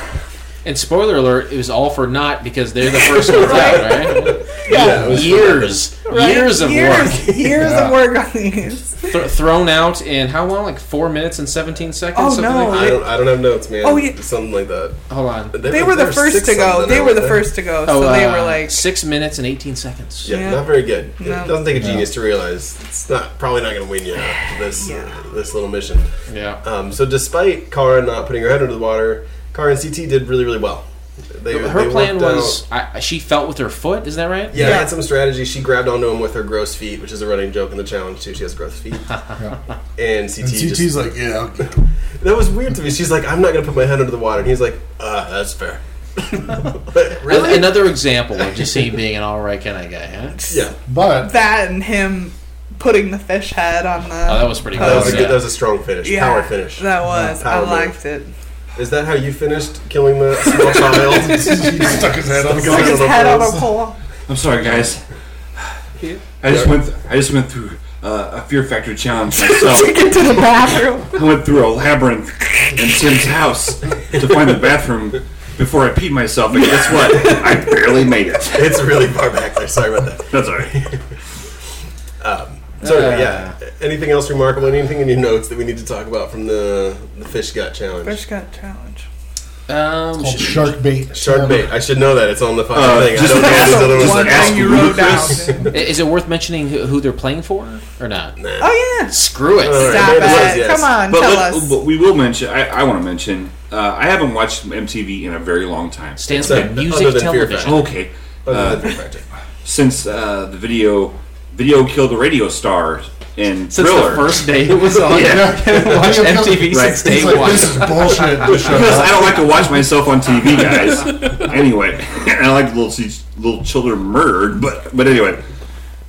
And spoiler alert, it was all for naught because they're the first ones out, right? Yeah, it was Years, years of years, years Yeah. of work on these. work Th- thrown out in how long? Like four minutes and seventeen seconds. Oh, something no. Like I don't. I don't have notes, man. Oh, yeah. Something like that. that? Hold on. They were the there first six to go. something, They were weren't the first to go, so Oh, they uh, were like, six minutes and eighteen seconds. Yeah, Yeah. not very good. No. It doesn't take a genius to realize it's not probably not going to win you this this little mission. Yeah. Um, so despite Kara not putting her head under the water, Kara and CT did really really well. They, Her they plan worked was out- I, she felt with her foot. Is that right? yeah, they had some strategy. She grabbed onto him with her gross feet, which is a running joke in the challenge too. She has gross feet, and CT And CT's just, like, yeah, okay. that was weird to me. She's like, I'm not going to put my head under the water, and he's like, uh, that's fair. But An- Another example of just him being an all right kind of guy. Huh? yeah, but that and him putting the fish head on the. Oh, that was pretty that was a close. good, that Yeah. was a strong finish, yeah, power finish. That was. Power I move. liked it. Is that how you finished killing the small child? he stuck his head on the Stuck his Took ground. his Those head on those- a pole. I'm sorry, guys. I just went. Th- I just went through uh, a Fear Factor challenge myself. To get to the bathroom. I went through a labyrinth in Tim's house to find the bathroom before I peed myself. And guess what? I barely made it. it's really far back there. Sorry about that. That's all right. So anyway, yeah, anything else remarkable? Anything in your notes that we need to talk about from the the fish gut challenge? Fish gut challenge. Um, Called sh- shark bait. Shark bait. I should know that. It's on the fucking Uh, thing. I just- don't know that's this the other one one. thing Ask you Luke. wrote down. is it worth mentioning who who they're playing for or not? Oh yeah. Screw it. All right, Stop maybe it was, it. yes. Come on, But, tell let- us. but we will mention. I, I want to mention. Uh, I haven't watched MTV in a very long time. Stands Except for other music than Fear television. Factor. Okay. Other Uh, than Fear Factor. since uh, the video video killed the radio star in Since Thriller. the first day it was on, Yeah. I haven't watched Right. MTV since Right. day He's like, one. this is bullshit. Just shut Because up. I don't like to watch myself on TV, guys. anyway, I like to little see little children murdered, but but anyway,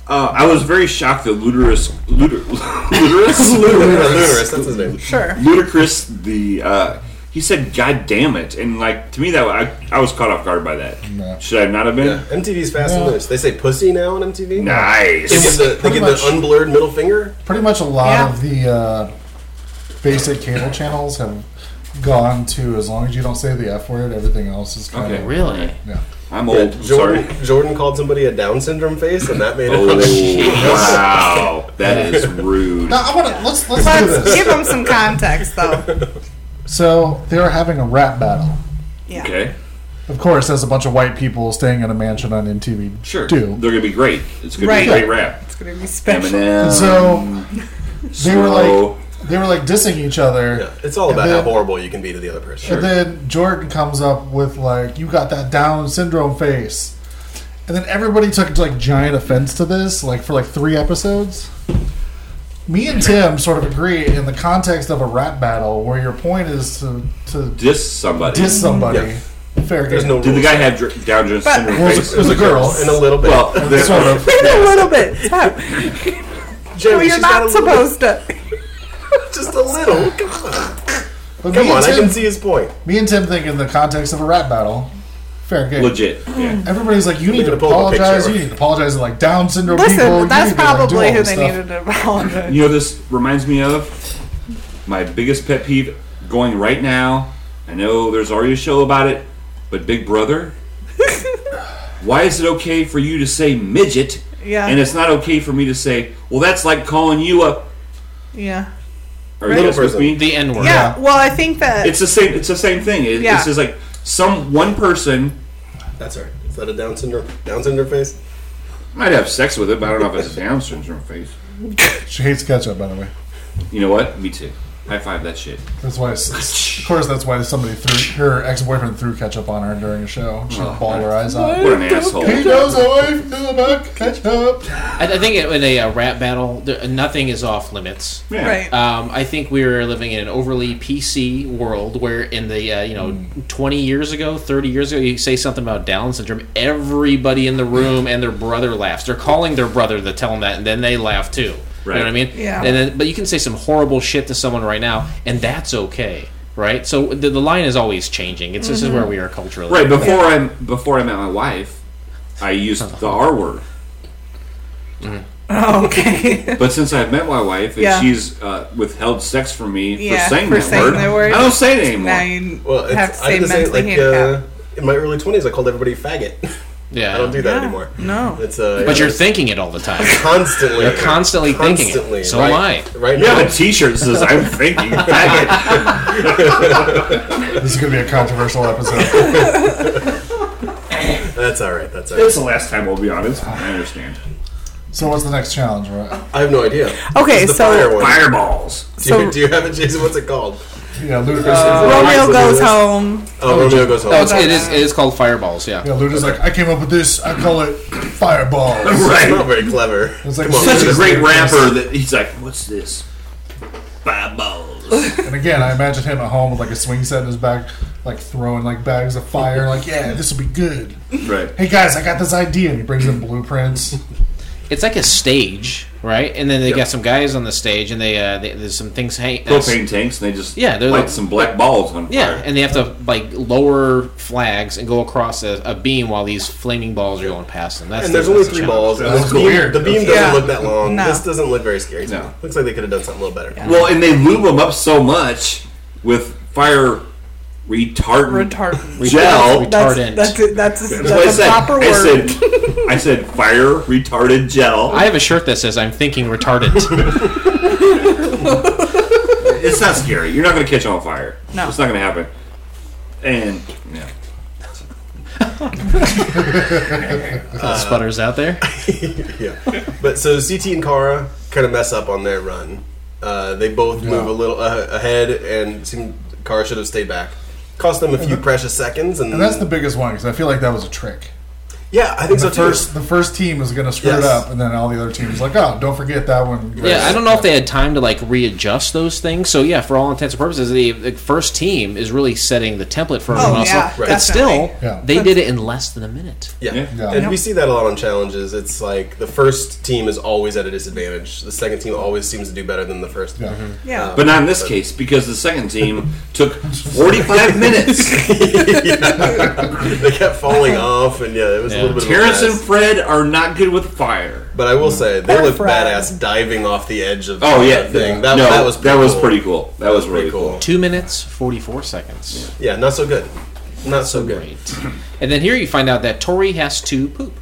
uh, I was very shocked that Ludicrous, Ludic, Ludicrous, Lunaris, that's his name. Sure. Ludicrous, the uh, he said, "God damn it!" And like to me, that I, I was caught off guard by that. No. Should I not have Yeah. been? MTV's fast and loose. They say pussy now on MTV. They give Nice. the, they Pretty give the much. unblurred middle finger. Pretty much a lot Yeah. of the uh, basic cable channels have gone to as long as you don't say the F word, everything else is kind Okay. of. Really? Yeah. I'm old. I'm sorry. Jordan, Jordan called somebody a Down syndrome face, and that made it. Oh on the- wow, that is rude. Now, I want to. Let's, let's do Let's this. give him some context though. So, they were having a rap battle. Yeah. Okay, Of course, as a bunch of white people staying in a mansion on MTV sure. do. They're gonna be great. It's gonna Right. be a great rap. It's gonna be special. Eminem. So, they were Slow. like. They were like dissing each other. Yeah, it's all And about how then- horrible you can be to the other person. And then Jordan comes up with like, "You got that Down syndrome face," and then everybody took like giant offense to this, like for like three episodes. Me and Tim sort of agree in the context of a rap battle where your point is to, to Diss somebody. diss somebody. Fair There's game. no Did the rules. guy have dr- Down syndrome? But- in Well, it her face? was, a, it was a girl. in a little bit? Well, there- Sort of. Wait a little bit. Stop. Jenny, No, you're she's got a not little- supposed to. just a little. Come on, come But me, on. and I Tim, can see his point. me and Tim think in the context of a rap battle. Fair game. legit. Yeah. Everybody's like, you need to gonna pull up a apologize. picture. You need to apologize to like Down syndrome people. Listen, you that's need to, like, do probably all who this they stuff." needed to apologize. You know, this reminds me of my biggest pet peeve going right now. I know there's already a show about it, but Big Brother. Why is it okay for you to say midget? Yeah. And it's not okay for me to say, well, that's like calling you a. Yeah. Are Right. you guys with Person. me? The N word. Yeah. Well, I think that It's the same. It's the same thing. It, Yeah. It's just like some one person That's right. Is that a Down syndrome? Down syndrome face? might have sex with it, but I don't know if it's a Down syndrome face. She hates ketchup, by the way. You know what? Me too. High five that shit. That's why, of course, that's why somebody threw her ex boyfriend threw ketchup on her during a show. She Oh. bawled her eyes out. What an asshole. He knows how I feel about ketchup. I, I think in a uh, rap battle, there, nothing is off limits. Yeah. right. Um, I think we were living in an overly PC world where, in the uh, you know, twenty years ago, thirty years ago, you say something about Down syndrome, everybody in the room and their brother laughs. They're calling their brother to tell them that, and then they laugh too. You know what I Right. mean? Yeah. And then, but you can say some horrible shit to someone right now, and that's okay, right? So the, the line is always changing. It's this is where we are culturally. Right before I before I met my wife, I used the R word. Oh, okay. But since I've met my wife and Yeah. she's uh, withheld sex from me Yeah, for saying, for that, saying word, that word. I don't say it anymore. now you Well, it's, have to I say did the same, mentally like uh, handicapped. in my early twenties, I called everybody faggot. Yeah. I don't do that Yeah. anymore. No. It's uh, but yeah, you're it's thinking it all the time. constantly, You're constantly thinking it. So right, am Right You now, have a T-shirt that says "I'm thinking." faggot." This is going to be a controversial episode. that's all right. That's all right. It's the last time we'll be on. It's fine, I understand. so, what's the next challenge, right? I have no idea. Okay, uh, This is the so- fire one. Fireballs. Do you, So- do you have it, Jason? What's it called? Yeah, Ludacris. Uh, Romeo goes home. Oh, Romeo goes home. Oh, it's, it is. It is called fireballs. Yeah. yeah, Ludacris like, I came up with this. I call it fireballs. It's Right. not very clever. It's like- Come on, Such a Lucas. great rapper that he's like, "What's this?" Fireballs. and again, I imagine him at home with like a swing set in his back, like throwing like bags of fire. Like, yeah, this will be good. Right. Hey guys, I got this idea. And he brings in blueprints. It's like a stage, right? And then they got some guys on the stage, and they, uh, they there's some things hang. uh, Propane tanks, and they just Yeah, they're light like- some black balls on fire. Yeah, and they have to like lower flags and go across a, a beam while these flaming balls are going past them. That's And the- there's only that's the three challenge. balls. and That's the beam, weird. the beam doesn't Yeah. look that long. No. This doesn't look very scary. to No. me. Looks like they could have done something a little better. Well, and they lube them up so much with fire retardant Retardant. gel. That's Retardant. that's it. That's, that's, That's what I a said. proper I word. said, I said fire retarded gel. I have a shirt that says "I'm thinking retardant." it's not scary. You're not going to catch on fire. No. it's not going to happen. And yeah, Sputters out there. Yeah. But so CT and Kara kind of mess up on their run. Uh, they both move a little uh, ahead, and seem Kara should have stayed back. Cost them a few precious seconds, and, And that's the biggest one because I feel like that was a trick. yeah, I think so The too. first, the first team is going to screw Yes. it up, and then all the other teams like, oh, don't forget that one. Yeah, I don't know if they had time to like readjust those things. So yeah, for all intents and purposes, the, the first team is really setting the template for everyone else. yeah, but Right. still, definitely. Yeah. they did it in less than a minute. Yeah. Yeah. Yeah. And we see that a lot on challenges. It's like the first team is always at a disadvantage. The second team always seems to do better than the first. Yeah. Yeah. uh, but not in this case because the second team took 45 minutes. they kept falling off, and yeah, it was a Yeah. little bit. Terrence of a and mess. Fred are not good with fire. But I will say they Poor looked Fred. badass diving off the edge of. Oh yeah, that thing. That, no, that was pretty cool. pretty cool. That was pretty really cool. Two minutes, forty-four seconds. Yeah, not so good. Not so good. Great. And then here you find out that Tori has to poop.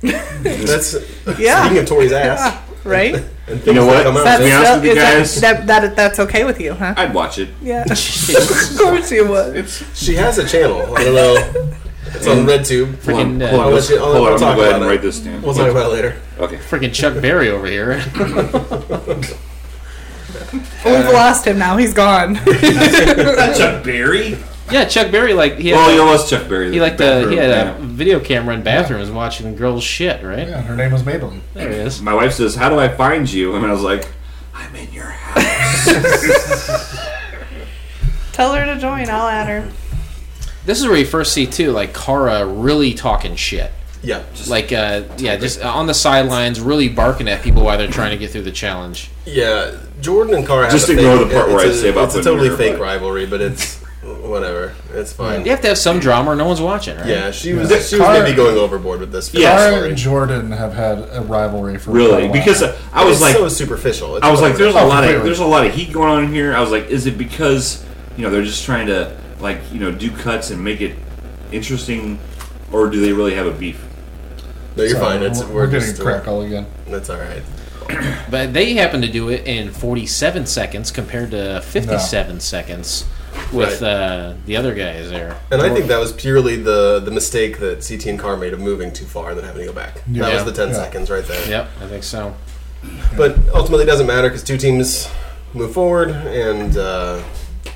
That's Yeah. Ah, speaking of Tori's ass. right? And You know things what? that come out. That's be honest so- with you is that- guys- That, that, that's okay with you, huh? I'd watch it. yeah. of course you would. She has a channel. I don't know. It's on RedTube. Hold on, Freaking, uh, hold on, I'll let's- let you- I'll- hold on, we'll I'm talk gonna go ahead about and it. write this down. We'll talk about it later. Okay. Freaking Chuck Berry over here. uh, We've lost him now. He's gone. Chuck Berry? yeah, Chuck Berry like he had, Well, you lost Chuck Berry. he like the he had Yeah. a video camera in bathrooms watching girls shit, right? Yeah, her name was Maybelline. There he is. My wife says, "How do I find you?" And I was like, "I Tell her to join. I'll add her. This is where you first see too, like Kara really talking shit. Yeah. Like, uh, yeah, just on the sidelines, really barking at people while they're trying to get through the challenge. Yeah. Jordan and Kara. have Just a ignore thing. the part It's where I a- say about It's a putting totally her fake butt. rivalry, but it's whatever. It's fine. You have to have some drama, or no one's watching, right? Yeah, she was. Yeah. She was Kara- maybe going overboard with this. Yeah. story. Kara and Jordan have had a rivalry for quite a Oh, really while. because I, I was it's like so superficial. It's I was like, whatever. there's a Oh, lot of completely. there's a lot of heat going on here. I was like, is it because you know they're just trying to like you know do cuts and make it interesting, or do they really have a beef? no, you're So, fine. It's we're, we're getting just- crackle again. That's all right. But they happen to do it in 47 seconds compared to 57 seconds with Right. uh, the other guys there. And I think that was purely the the mistake that CT and Car made of moving too far and then having to go back. That Yeah. was the 10 Yeah. seconds right there. Yep, I think so. But ultimately, it doesn't matter because two teams move forward and uh,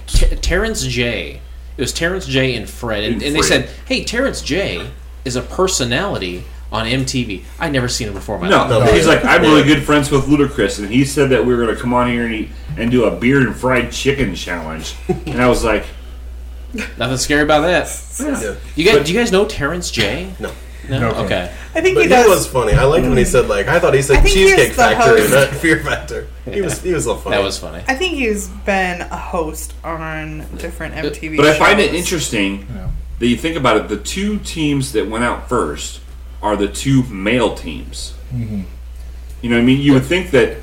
T- Terrence J. It was Terrence J. and Fred, and, And and they Fred. said, "Hey, Terrence J. is a personality on MTV. I never seen him before in my No, life." No, he's yeah. like, I'm Yeah. really good friends with Ludacris, and he said that we were going to come on here and eat, and do a beer and fried chicken challenge, and I was like, Nothing scary about that. yeah. You guys, do you guys know Terrence J? no. No. No. Okay. I think But he he, does. was funny. I liked when he said like I thought he I said think he Cheesecake is the Factory, host. not Fear Factor. He was he was a little funny. That was funny. I think he's been a host on different MTV. Uh, but I find it shows. interesting Yeah. that you think about it. The two teams that went out first are the two male teams. You know, what I mean, you would think that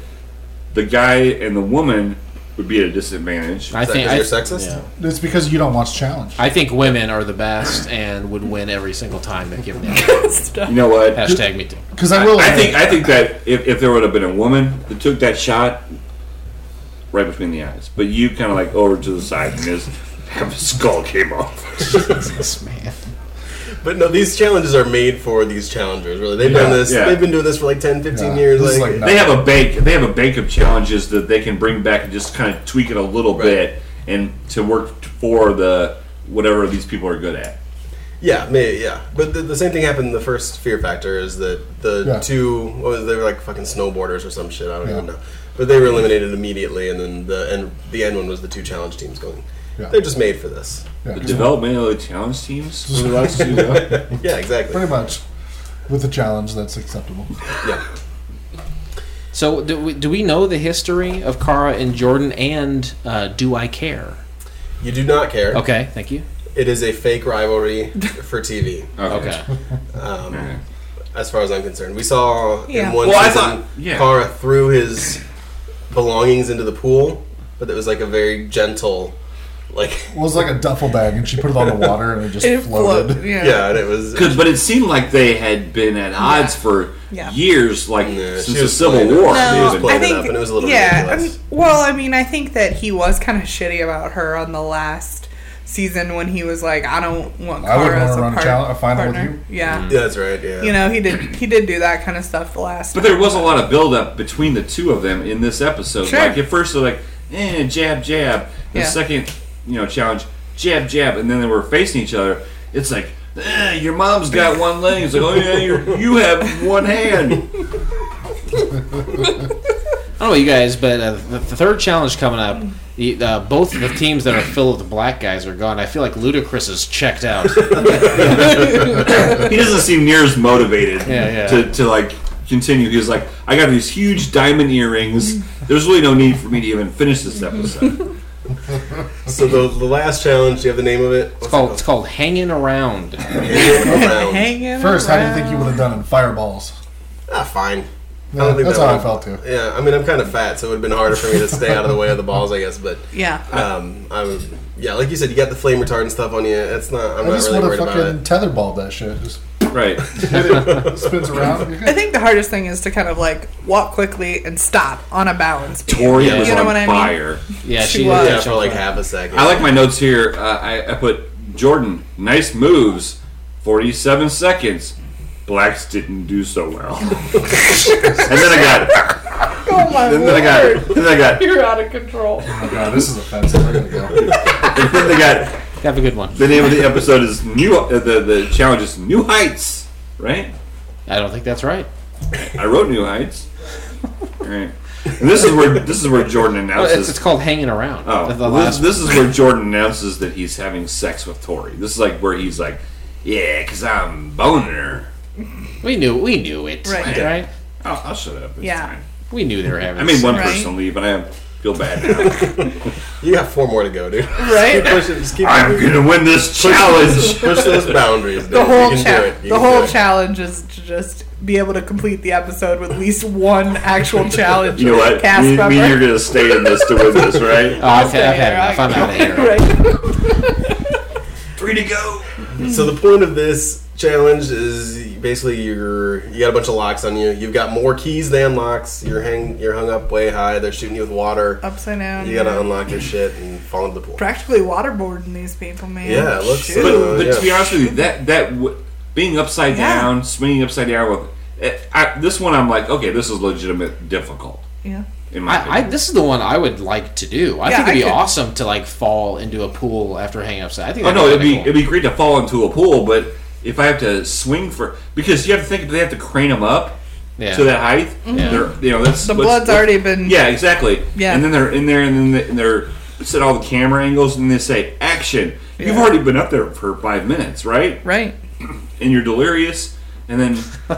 the guy and the woman would be at a disadvantage. I that think 'cause I- you're sexist? yeah. It's because you don't watch Challenge. I think women are the best and would win every single time if given the opportunity. You know what? hashtag me too. Because I I, will. I admit- think I think that if, if there would have been a woman that took that shot right between the eyes, but you kind of like over to the side and just have a skull came off. This man. But no, these challenges are made for these challengers. Really, they've done Yeah, this. yeah. They've been doing this for like 10, 15 Yeah. years. This is Like, like They have a bank. They have a bank of challenges that they can bring back and just kind of tweak it a little bit and to work for the whatever these people are good at. Yeah, maybe, yeah. But the, the same thing happened in the first Fear Factor is that the Yeah. two, what was, they were like fucking snowboarders or some shit, I don't Yeah. even know. But they were eliminated immediately, and then the end, the end one was the two challenge teams going. Yeah. They're just made for this. Yeah. The developmental challenge teams Mm-hmm. over the last two. uh, Yeah, exactly. pretty much with a challenge that's acceptable. Yeah. So do we, do we know the history of Kara and Jordan? And uh, do I care? You do not care. Okay, thank you. It is a fake rivalry for TV, Okay. um, as far as I'm concerned. We saw Yeah. in one Well, I season, thought- yeah. Kara threw his belongings into the pool, but it was like a very gentle, like, Well, it was like a duffel bag, and she put it on the water, and it just It floated. float- yeah. yeah, and it was. Cause, but it seemed like they had been at odds for Yeah. years, like Yeah, she since the was Civil playing it. War. She was even. playing it up, and it was a little ridiculous. I mean, well, I mean, I think that he was kind of shitty about her on the last season when he was like, "I don't want I wouldn't Kara as wanna a run a part- challenge- a final with partner." Yeah, Yeah, that's right. Yeah. you know, he did he did do that kind of stuff the last. But there was a lot of buildup between the two of them in this episode. Sure. Like at first they're like, eh, jab, jab. The Yeah. second, you know, challenge, jab, jab, and then they were facing each other. It's like, eh, your mom's got one leg. It's like, oh yeah, you're, you have one hand. I don't know you guys, but uh, the, the third challenge coming up, the, uh, both of the teams that are filled with black guys are gone. I feel like Ludacris is checked out. He doesn't seem near as motivated Yeah, yeah. to to like continue. He was like, I got these huge diamond earrings. There's really no need for me to even finish this episode. So the, the last challenge, do you have the name of it? What's Oh. It's called, it's called hanging around. Hanging Around. hanging First, how do you around. think you would have done in fireballs? Ah, fine. Yeah, think that's that how I would- felt too. Yeah, I mean, I'm kind of fat, so it would have been harder for me to stay out of the way of the balls, I guess. But Yeah, um, I'm yeah, like you said, you got the flame retardant stuff on you. It's not. I'm I not just really would worried have about fucking it. tetherballed that shit. Just right. hit it, spins around. You're I good. think the hardest thing is to kind of like walk quickly and stop on a balance. beam. Tori Yeah. was You know on what I mean? fire. Yeah, She she was. Yeah, yeah, for like half a second. I like my notes here. Uh, I, I put Jordan, nice moves, 47 seconds. Blacks didn't do so well. and then I got, Oh my then I got, lord! then I got, You're out of control. Oh my god, this is offensive. We're gonna go. then they got. have a good one. The name of the episode is new. Uh, the the challenge is New Heights, right? I don't think that's right. I wrote New Heights. right. And this is where this is where Jordan announces. Oh, it's, it's called hanging around. Oh, The- the well, this, last- this is where Jordan announces that he's having sex with Tori. This is like where he's like, yeah, because I'm boning her. we knew we knew it. Right. Right. Yeah. Oh, I'll, I'll shut up. It's Yeah. fine. We knew they were having. I made one Right. person leave, and I feel bad now. You got four more to go, dude. Just keep Right? pushing. Just keep I'm gonna win this challenge. push those boundaries. Dude. The whole you can do cha- it. You the can do whole it. challenge is to just be able to complete the episode with at least one actual challenge. You know what? Cast Me, member. me and you're gonna stay in this to win this, right? Oh, I've, had- I've had Right. enough. I'm out of here. Right. Three to go. So the point of this challenge is basically you're you got a bunch of locks on you. You've got more keys than locks. You're hang you're hung up way high. They're shooting you with water. Upside down. You gotta unlock your shit and fall into the pool. Practically waterboarding these people, man. Yeah, it looks- Shoot. But, but to be yeah. honest with you, that that w- being upside Yeah. down, swinging upside down with eh, I, this one, I'm like, okay, this is legitimate difficult. yeah. In my I, I, opinion. this is the one I would like to do. I Yeah, think it'd I be could- awesome to like fall into a pool after hanging upside. I think. oh no, it'd be cool. it'd be great to fall into a pool, but if I have to swing for because you have to think they have to crane them up Yeah. to that height. Yeah. They're, you know, that's Mm-hmm. The what's- blood's what- already been. Yeah, exactly. Yeah. And then they're in there, and then they, and they're it's at all the camera angles, and they say action. You've Yeah. already been up there for five minutes, right? Right. And you're delirious, and then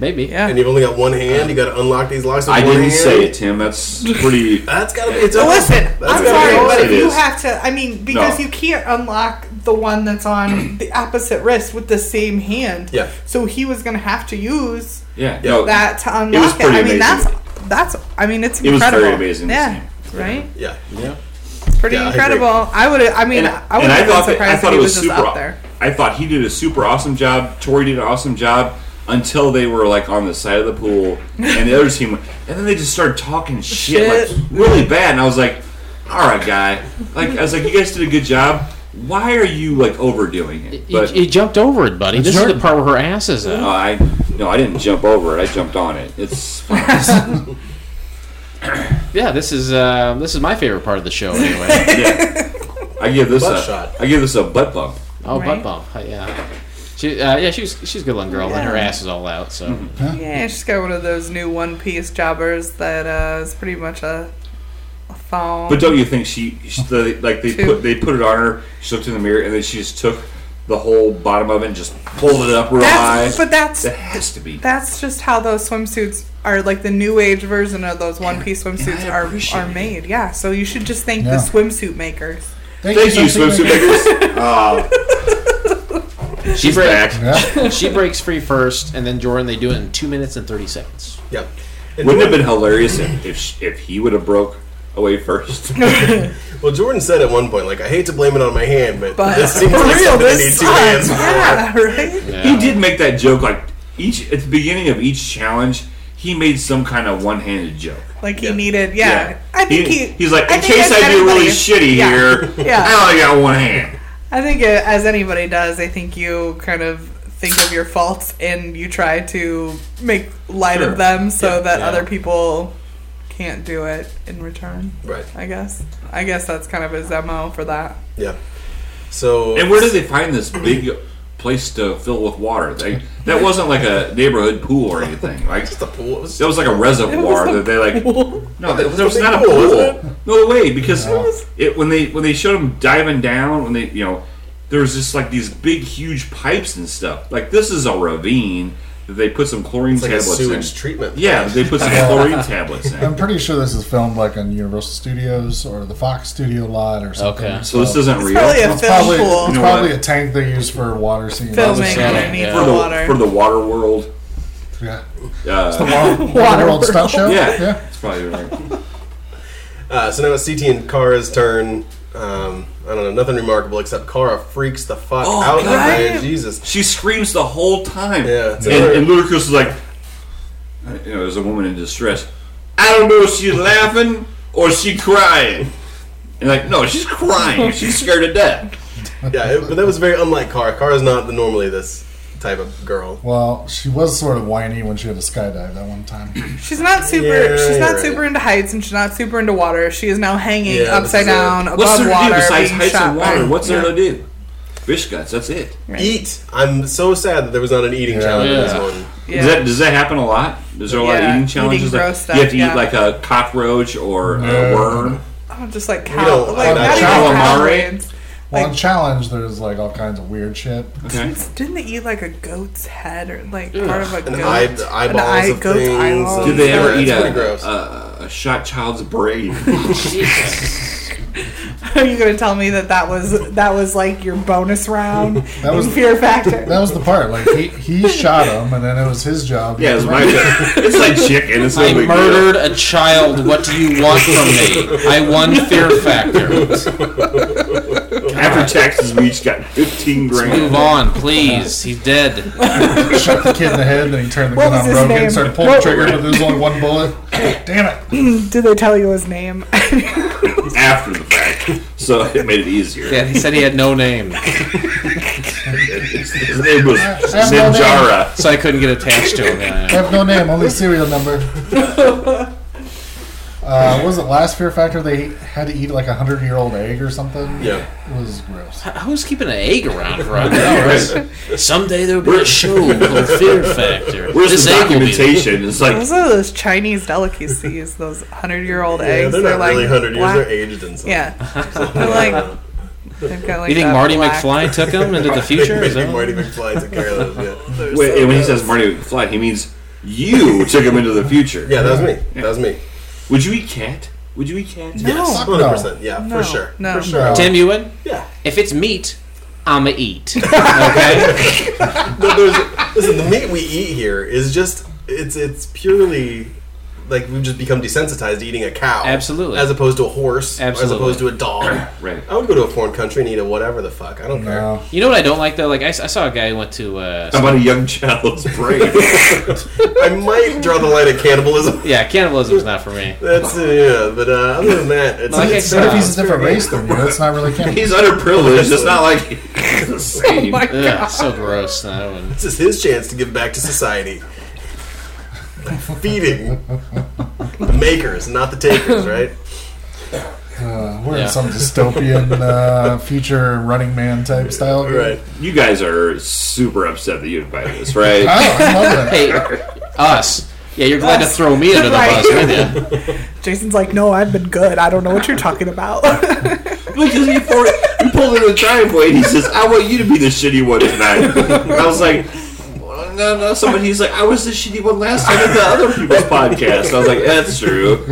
maybe. Yeah. And you've only got one hand. You gotta unlock these locks. With I one didn't hand. say it, Tim. That's pretty. That's gotta be. It's But a- listen, that's I'm gotta sorry, be a- but It if you is. have to, I mean, because No. you can't unlock the one that's on the opposite wrist with the same hand. Yeah. So he was gonna have to use Yeah. Yeah. No, that to unlock it. was pretty I mean, amazing. that's that's. I mean, it's It was incredible. very amazing to Yeah. Right. yeah. Yeah. It's pretty Yeah, I agree. incredible. I would. I mean, And, I would and I have thought been that, surprised I if thought he it was was just super. up there. I thought he did a super awesome job. Tori did an awesome job until they were like on the side of the pool, and the other team, went, and then they just started talking shit, Shit. like really bad. And I was like, "All right, guy." Like I was like, "You guys did a good job. Why are you like overdoing it?" You, But you jumped over it, buddy. This is Jordan. the part where her ass is no, out. I no, I didn't jump over it. I jumped on it. It's fine. Yeah, this is uh, this is my favorite part of the show. Anyway, yeah. I give this Butt a shot. I give this a butt bump. oh, Right. butt bump. Uh, Yeah, she uh, yeah she's she's a good looking girl, and her Yeah. ass is all out. So Yeah, she's got one of those new one piece jobbers that uh, is pretty much a, a thong. But don't you think she, she the, like they Two. put they put it on her? She looked in the mirror and then she just took the whole bottom of it and just pulled it up real that's, high. but that's That has to be. that's just how those swimsuits are like the new age version of those one piece swimsuits I are appreciate are made. Yeah, so you should just thank the Yeah. swimsuit makers. Thank you, swimsuit makers. Uh, she she's breaks back. Yeah. she breaks free first, and then Jordan they do it in two minutes and thirty seconds. Yeah. And Wouldn't Jordan- have been hilarious if if, sh- if he would have broke away first. Well, Jordan said at one point, like, I hate to blame it on my hand, but, But this seems for like real, something I this need two hands sucks. for. Yeah, right. Yeah. He did make that joke like each at the beginning of each challenge. He made some kind of one-handed joke. Like he Yeah. needed. Yeah, I think he, he's like, in think case that's I do really everybody. shitty Yeah. here, Yeah. I only got one hand. I think uh as anybody does, I think you kind of think of your faults and you try to make light Sure. of them so Yeah, that yeah. other people can't do it in return. Right. I guess. I guess that's kind of his mo for that. Yeah. So And where did they find this big place to fill with water? They, that wasn't like a neighborhood pool or anything. Like the pool? It was- that was like a reservoir that they like. No, that, there was not a Pool, wasn't pool. No way, because it when they when they showed them diving down when they you know there was just like these big huge pipes and stuff. Like this is a ravine that they put some chlorine like a tablets sewage in. treatment. Yeah, they put some chlorine tablets I'm in. pretty sure this is filmed like on Universal Studios or the Fox Studio lot or something. Okay. So this isn't real. Probably a It's film probably, pool. it's You know probably what? a tank they use for water scenes. Filming Yeah. underneath Yeah. for the the water. for the water world. Yeah. Uh, Water, World stunt show? yeah, Yeah. it's probably right. Uh, so now it's CT and Kara's turn. Um, I don't know, nothing remarkable except Kara freaks the fuck Oh, out. right? Right? Jesus. She screams the whole time. Yeah, it's and, another- and Ludacris is like, you know, there's a woman in distress. I don't know if she's laughing or she crying. And like, no, she's crying. She's scared to death. Yeah, it, but that was very unlike Kara. Kara's not the, normally this type of girl. Well, she was sort of whiny when she had to skydive that one time. She's not super Yeah, she's not you're super right. into heights and she's not super into water. She is now hanging Yeah, this upside is it. down above What's there to water. do besides being heights shot and by- water? What's there Yeah. to do? Fish guts. That's it. Right. Eat! I'm so sad that there was not an eating Yeah. challenge in this Yeah. one. Yeah. Does that does that happen a lot? Is there a lot Yeah, of eating eating challenges? Like, gross you have to stuff, yeah. eat like a cockroach or No. a worm. Oh, just like We cow, don't- like I'm not not even sure. cow Calamari? brains. Well, on Like- challenge, there's like all kinds of weird shit. Okay. Didn't they eat like a goat's head or like part of a Mm. And goat? eye, the eyeballs eye- of goat's things. eyeballs. and- Did they ever Yeah, eat it's pretty a, gross. a, a shot child's brain? Jesus. Are you gonna tell me that that was that was like your bonus round that was- in Fear Factor? That was the part. Like he, he shot him, and then it was his job. yeah, it's my. It's like chicken. It's I no big deal. murdered a child. What do you want from me? I won Fear Factor. Let's After taxes, we each got fifteen grand. move on, please. He's dead. shot the kid in the head, and then he turned the What gun on was his Rogan, name? and started pulling What- the trigger, but there was only one bullet. Damn it! Did they tell you his name? After the fact, so it made it easier. Yeah, he said he had no name, His name was have no name. Sinjara. so I couldn't get attached to him. I have no name, only serial number. Uh, what was it last Fear Factor? They had to eat like a hundred year old egg or something. Yeah. it was gross. Who's keeping an egg around for hours? Someday there'll be a show called Fear Factor. Where's This the egg will be- documentation? It's like those are those Chinese delicacies. Those hundred-year-old yeah, eggs. they're not really like 100 black- years. They're aged in something. Yeah, they're like they've got like. You think that Marty black- McFly took him into the future? Is Maybe that what- Marty McFly took care of those. Yeah. They're wait, so and when he gross. says Marty McFly, he means you took him into the future. Yeah, that was me. That was me. Would you eat cat? Would you eat cat? Yes, Fuck no. 100%. Yeah, No, for sure. no. For sure. Tim, you would? Yeah. If it's meat, I'ma eat. Okay? No, there's- listen, the meat we eat here is just it's it's purely like we've just become desensitized to eating a cow. Absolutely. As opposed to a horse. Absolutely. As opposed to a dog. Right. I would go to a foreign country and eat a whatever the fuck. I don't care. No. You know what I don't like though? Like I, s- I saw a guy who went to uh, How about a young child's brain? I might draw the line at cannibalism. yeah, cannibalism's not for me. That's uh, yeah, but uh, other than that, it's, Like I it's uh, But if said- he's a different race than you, that's not really canon. He's underprivileged. It's not like he's the same. my Ugh, so gross. No, I wouldn't. this is his chance to give back to society. By Feeding the makers, not the takers, right? Uh, we're Yeah. in some dystopian uh, future Running Man type style. game. Right. you guys are super upset that you invited us, right? Oh, I love that. Hey, us. Yeah, you're glad to throw me under the Right. bus, aren't you? Jason's like, no, I've been good. I don't know what you're talking about. Look, you pulled, you pulled in the driveway and he says, I want you to be the shitty one tonight. And I was like, "Well, no, no. Someone, he's like, I was the shitty one last time at the other people's podcast. I was like, that's true.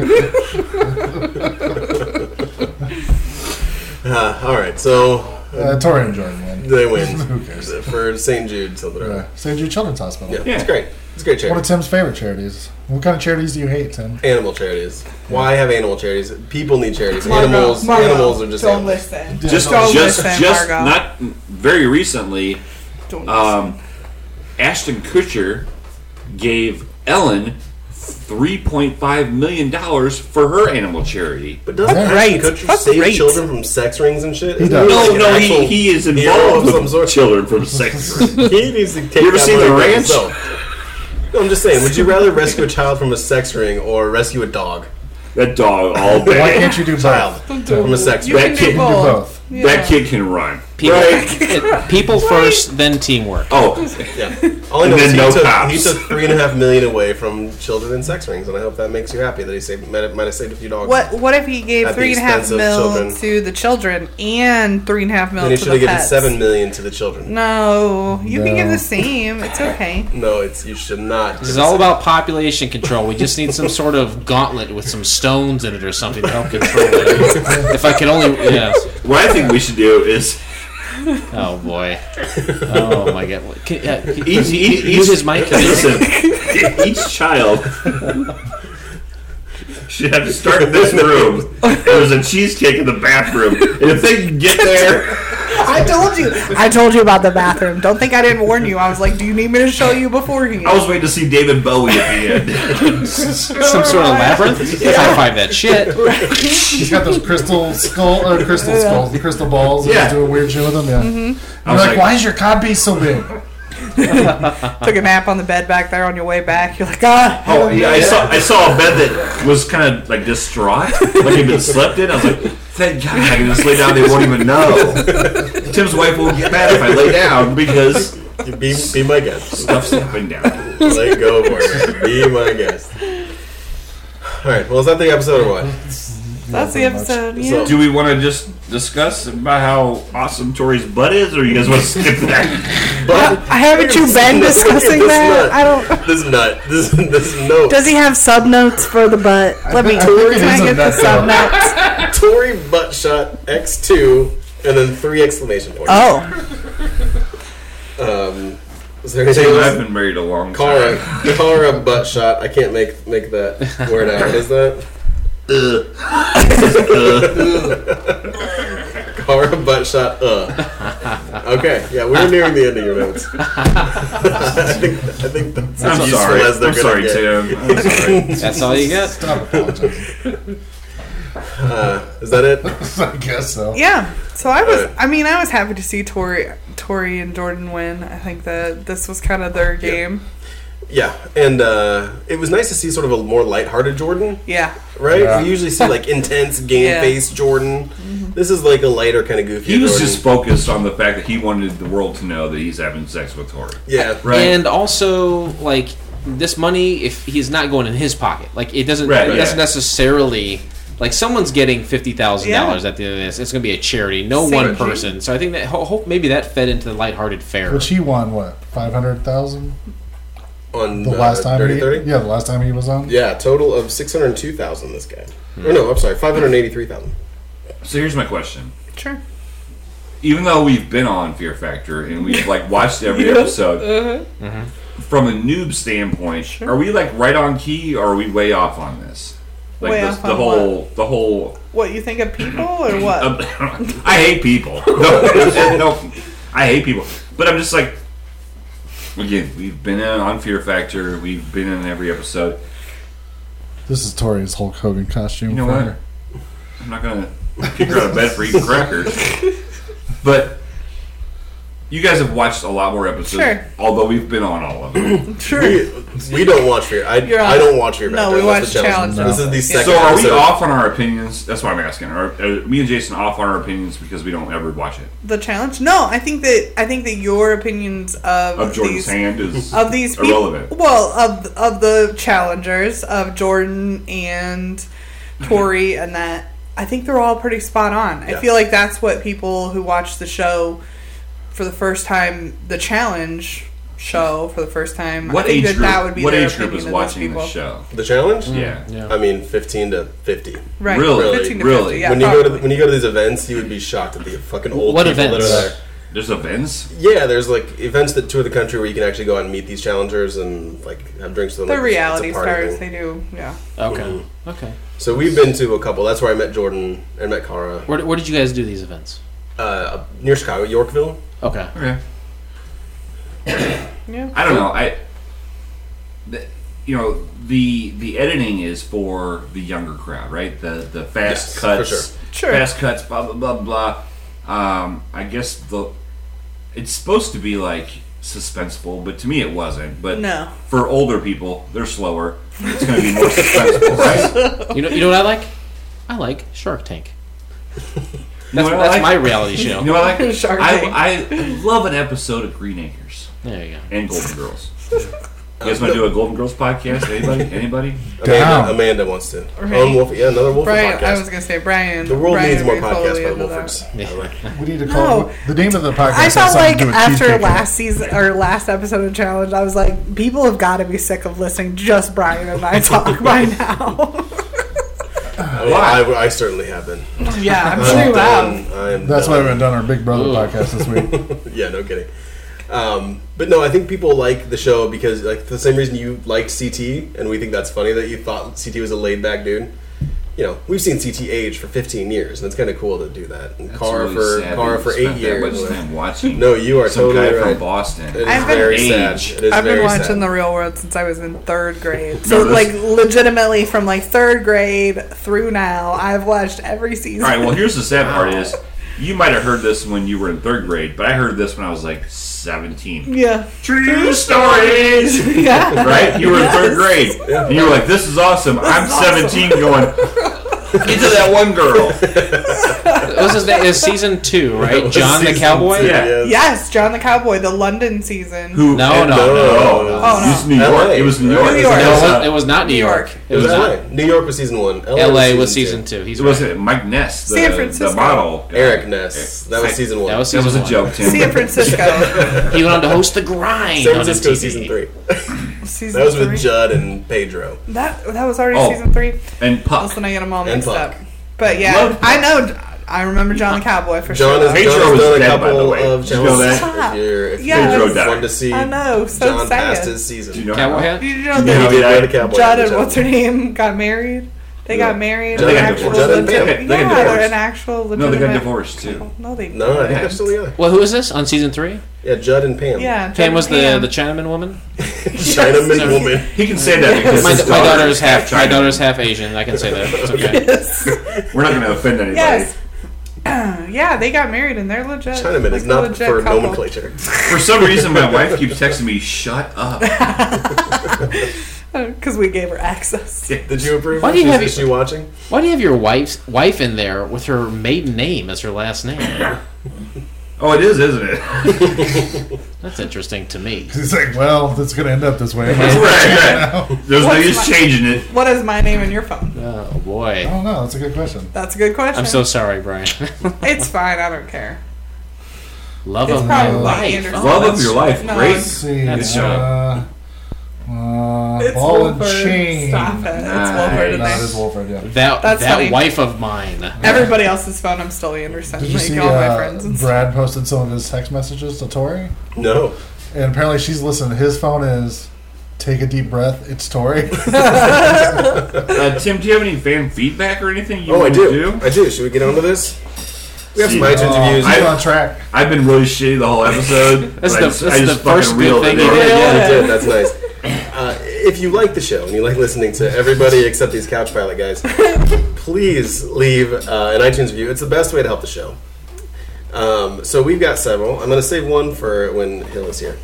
Uh, all right, so Uh, Tori enjoyed one. they win Who cares? for St. Jude something. or other. Uh, St. Jude Children's Hospital. Yeah, Yeah. it's great. It's a great One charity. of Tim's favorite charities. What kind of charities do you hate, Tim? animal charities. Why have animal charities? People need charities. Margo, animals, Margo, animals are just don't animals. listen. Just, Don't just, listen, just Margot. not very recently, Don't um, Ashton Kutcher gave Ellen $3.5 million for her animal charity. But doesn't That's Ashton right. Kutcher That's save right. children from sex rings and shit? He does. No, an no, he, actual he is hero involved of some with sort. children from sex. rings. He needs to take You ever that seen money The for Ranch? himself. No, I'm just saying. Would you rather rescue a child from a sex ring or rescue a dog that dog all Why day. can't you do child both? from a sex You ring? can That kid do can You can do both. both. Yeah. That kid can run. People, Right? it- people first, then teamwork. Oh, Yeah. All I And know is then he, no took, cops. he took three and a half million away from children and sex rings, and I hope that makes you happy that he saved, might, have, might have saved a few dogs. What What if he gave At the three and a half expense of mil children. to the children and three and a half mil Then he to should the have given pets? seven million to the children. No, you can give No. the same. It's okay. No, it's you should not. This is all about population control. We just need some sort of gauntlet with some stones in it or something to help control it. If I could only, yeah. what I think we should do is Oh boy. Oh my god. Can, uh, can- each, each, each use his mic. Listen, each child should have to start in this room. There's a cheesecake in the bathroom, and if they can get there, I told you. I told you about the bathroom. Don't think I didn't warn you. I was like, do you need me to show you beforehand? I was waiting to see David Bowie at the end. some sort of labyrinth. High five that shit. He's got those crystal skull, uh, crystal skulls, the crystal balls. and Yeah. he's doing weird shit with them. Yeah. I Mm-hmm. You're was like, like, why is your cod piece so big? Took a nap on the bed back there on your way back. You're like, ah. Oh, yeah, I saw I saw a bed that was kind of like distraught, like he'd been slept in. I was like, thank God I can just lay down. They won't even know. Tim's wife won't get mad if I lay down because Be, be my guest. stuff's happening down. like, go for it. Be my guest. All right. Well, is that the episode or what? That's the pretty much. episode. Yeah. So- Do we want to just discuss about how awesome Tori's butt is, or you guys want to skip that? But I haven't you been discussing that? I don't. This nut. This this note. Does he have sub notes for the butt? Let me I think it can is I a get the nut sub notes? Tory butt shot X two and then three exclamation points. Oh, Um, is there anything I've else? been married a long Cara, time. Cara butt shot. I can't make make that word out. What is that? Uh. Cara butt shot. Uh. Okay. Yeah, we're nearing the end of your notes. I think I think that's I'm as useful sorry. as they're I'm gonna sorry, get. Tim. I'm sorry. That's all you get. Stop apologizing. Uh, is that it? I guess so. Yeah. So I was. Alright. I mean, I was happy to see Tori, Tori and Jordan win. I think that this was kind of their game. Yeah, and uh, it was nice to see sort of a more lighthearted Jordan, Yeah. right? Yeah. We usually see like intense game Yeah. Mm-hmm. face Jordan. This is like a lighter kind of goofy. He was Jordan. just focused on the fact that he wanted the world to know that he's having sex with Tori. yeah, right. Right. And also, like this money, if he's not going in his pocket, like it doesn't. Right, it doesn't yeah. necessarily. Like someone's getting fifty thousand dollars Yeah. at the end of this. It's going to be a charity, no Same one thing. person. So I think that ho- hope maybe that fed into the lighthearted fair. Which he won what five hundred thousand On the last time Dirty he Thirty. yeah the last time he was on Yeah, total of six hundred two thousand. This guy. Or no, I'm sorry, five hundred eighty-three thousand. So here's my question. Sure. Even though we've been on Fear Factor and we've like watched every episode, Uh-huh. Mm-hmm. from a noob standpoint, are we like right on key or are we way off on this? Like Way the, off the on whole the whole What you think of people or what? Um, I hate people. No, no, I hate people. But I'm just like, again, we've been in on Fear Factor. We've been in every episode. this is Tori's Hulk Hogan costume You know for what? her. I'm not gonna kick her out of bed for eating crackers. But you guys have watched a lot more episodes, Sure. although we've been on all of them. sure. We, we don't watch Fear. I, You're I on- don't watch Fear. No, Factor. we That's watch the Challenge. This is the second. so are we episode. off on our opinions? That's what I'm asking. Are, are me and Jason off on our opinions because we don't ever watch it? The challenge? No, I think that I think that your opinions of, Of Jordan's these hand is of these peop- irrelevant. Well, of of the challengers of Jordan and Mm-hmm. Tori and that. I think they're all pretty spot on. I Yeah. feel like that's what people who watch the show for the first time, the challenge show for the first time. I What age think that group? that would be what their age group opinion is of those watching people. this show? the challenge. Yeah. I mean, fifteen to fifty. Right, Really? 15 to Really? 50, yeah, when you go to probably. when you go to these events, you would be shocked at the fucking old What people events? that are there. There's events. Yeah, there's like events that tour the country where you can actually go out and meet these challengers and like have drinks with them. the Like, it's- it's a reality party stars, thing. they do, yeah. Okay, okay. So we've been to a couple. That's where I met Jordan and met Cara Where, where did you guys do these events? uh, up near Chicago, Yorkville. Okay. Okay. Yeah. I don't know. I, the, you know, the the editing is for the younger crowd, right? The the Yes, fast for cuts, sure. Sure. fast cuts, blah blah blah blah. Um, I guess the it's supposed to be like suspenseful, but to me it wasn't. But No. for older people, they're slower. It's going to be more suspenseful, right? You know, you know what I like? I like Shark Tank. You know That's, what I that's like? my reality show. You know what I like? Shark Tank. I, I love an episode of Green Acres. There you go. and Golden Girls. You guys want to do a Golden Girls podcast? Anybody? Anybody? Damn. Amanda, Amanda wants to. Right. Um, Wolf, yeah, another Wolf Brian, podcast. I was gonna say Brian. the world Brian needs more would be podcasts totally by the into that. Wolfords. I like- We need to call No. the name of the podcast. I has felt something to like do with after cheesecake. last season or last episode of Challenge, I was like, people have got to be sick of listening to just Brian and I talk by now. Well, I, I certainly have been. yeah, I'm I'm sure you have. done. I am That's why done. we haven't done our Big Brother Ooh. podcast this week. yeah, no kidding. Um, but no, I think people like the show because, like, the same reason you liked CT, and we think that's funny that you thought CT was a laid back dude. You know, we've seen CT age for 15 years, and it's kind of cool to do that. And That's Cara for really sad that Cara we for spent eight That years. much time watching. No, you are some totally guy right. from Boston. It is I've been- very sad. Age. It is I've been very watching sad. The Real World since I was in third grade. So, No, like, that's- legitimately from like third grade through now, I've watched every season. All right. Well, here's the sad part: is you might have heard this when you were in third grade, but I heard this when I was like 17. yeah, True stories. yeah. Right? You were in third grade, and you were like, "This is awesome." I'm is awesome. 17, going. Into that one girl. What was his name? It was season two, That right? was John the season Cowboy? two, Yeah. Yes, John the Cowboy, the London season. Who? No, no, no, no, no. Oh, no. It's New York. LA. It was New York. New It York. was, No, it, uh, was, it was not New New York. York. It was not. LA. New York was season one. LA, LA was season two. He's it was right. uh, Mike Ness, the, San the Francisco. model. guy. Eric Ness. That was season one. That was That season was a one. joke, Tim. San Francisco. He went on to host The Grind San on Francisco MTV. season three. season That was three. with Judd and Pedro. That that was already Oh. season three. and Puck. Listen, I get them all And mixed Puck. up. But yeah, Love I know. I remember John the Cowboy for John sure. has, Pedro John has was done a dead, by the couple way. of Did you know challenges. that? If you're, if Yes. you're Pedro died. fun to see, I know, so John sad. passed his season. Do you know Cowboy how- hat? Did you know Yeah, that he Judd did. and Cowboy. Judd did and Judd. what's her name got married? They Yeah. got married. They They're got actual divorced. Judd and legit- Pam. They got yeah, they're divorced. an actual legitimate. No, they got divorced too. No, they. No, I think Yeah. they're still together. Well, who is this on season three? Yeah, Judd and Pam. Yeah, Judd Pam was the, and the Chinaman woman. Chinaman woman. He can say that because My, his my daughter is half half. My daughter is half Asian. I can say that. It's okay. Yes. We're not going to offend anybody. yes. yeah, they got married and they're legit. Chinaman like is a not legit for couple. nomenclature. For some reason, my wife keeps texting me, "Shut up." Because we gave her access. Did you approve? Why of do you this? have- Is she watching? Why do you have your wife's wife in there with her maiden name as her last name? Oh, it is, isn't it? That's interesting to me. He's like, well, it's going to end up this way. right, right. There's no What's use my- changing it. What is my name in your phone? Oh I boy, don't know. That's a good question. That's a good question. I'm so sorry, Brian. It's fine. I don't care. Love It's of my probably life. Anderson. Oh, Love of that's- your life, no, great. Let's see. That's uh, uh, It's ball and Wilford. chain. Stop it. It's Wilford in No, it there. is Wolford, yeah. That That's that funny. wife of mine. Everybody else's phone, I'm still Anderson. Did you Like see all my uh, friends. and stuff. Brad posted some of his text messages to Tori? No. And apparently she's listening. His phone is take a deep breath. It's Tori. Uh, Tim, do you have any fan feedback or anything you Oh, I want do. to do? I do. Should we get onto this? uh, We have some See, iTunes Oh, reviews. he's I- on track. I've been really shitty the whole episode. That's but I the- just, that's I just the fucking first good reeled thing it you in. did. yeah, you did. That's nice. Uh, if you like the show and you like listening to everybody except these Couch Pilot guys, please leave uh, an iTunes review. It's the best way to help the show. Um, so we've got several. I'm going to save one for when Hill is here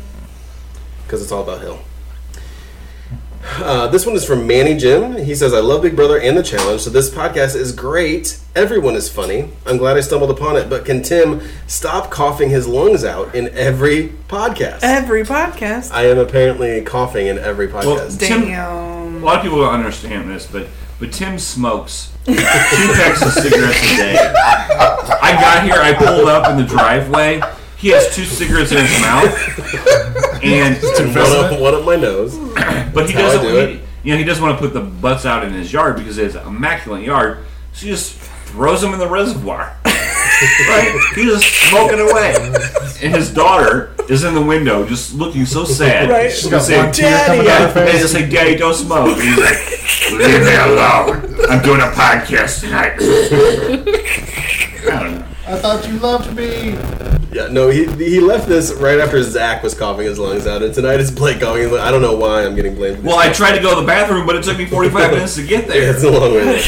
because it's all about Hill. Uh, this one is from Manny Jim. He says, I love Big Brother and the challenge, so this podcast is great. Everyone is funny. I'm glad I stumbled upon it, but can Tim stop coughing his lungs out in every podcast? Every podcast. I am apparently coughing in every podcast. Tim- Damn. A lot of people don't understand this, but but Tim smokes two packs of cigarettes a day. I got here, I pulled up in the driveway. He has two cigarettes in his mouth, and one, up, one up my nose. but That's he how doesn't. I do it. he, you know, he doesn't want to put the butts out in his yard because it's an immaculate yard. So he just throws them in the reservoir. right? He's just smoking away, and his daughter is in the window, just looking so sad. Right. She's She's gonna got say, one tear coming Daddy. yeah, down her they face. just like, Daddy, don't smoke. And he's like, leave me alone. I'm doing a podcast tonight. I don't know. I thought you loved me. Yeah, no, he he left this right after Zach was coughing his lungs out, and tonight it's Blake going. his lung- I don't know why I'm getting blamed. for this. Well, I tried to go to the bathroom, but it took me 45 minutes to get there. It's a long way. there.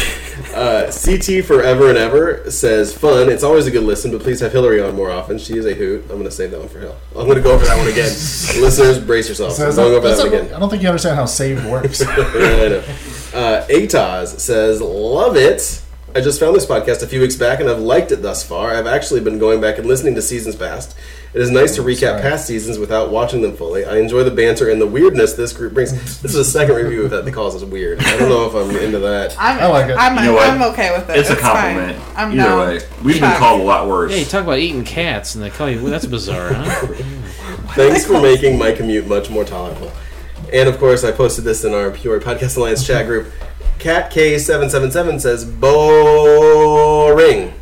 Uh, CT forever and ever says fun. It's always a good listen, but please have Hillary on more often. She is a hoot. I'm gonna save that one for Hill. I'm gonna go over that one again. Listeners, brace yourselves. So I'm it's going not- over that it's one not- again. I don't think you understand how saved works. yeah, I know. Uh, Ataz says, "Love it." I just found this podcast a few weeks back, and I've liked it thus far. I've actually been going back and listening to seasons past. It is nice to recap past seasons without watching them fully. I enjoy the banter and the weirdness this group brings. This is the second review that they calls us weird. I don't know if I'm into that. I'm, I like it. I'm, You know what? I'm okay with it. It's a fine. compliment. I'm Either down. way, we've been Fuck. called a lot worse. Yeah, you talk about eating cats, and they call you. Well, that's bizarre, huh? Thanks for making my commute much more tolerable. And of course, I posted this in our Peoria Podcast Alliance chat group. Cat K777 says, "Boring."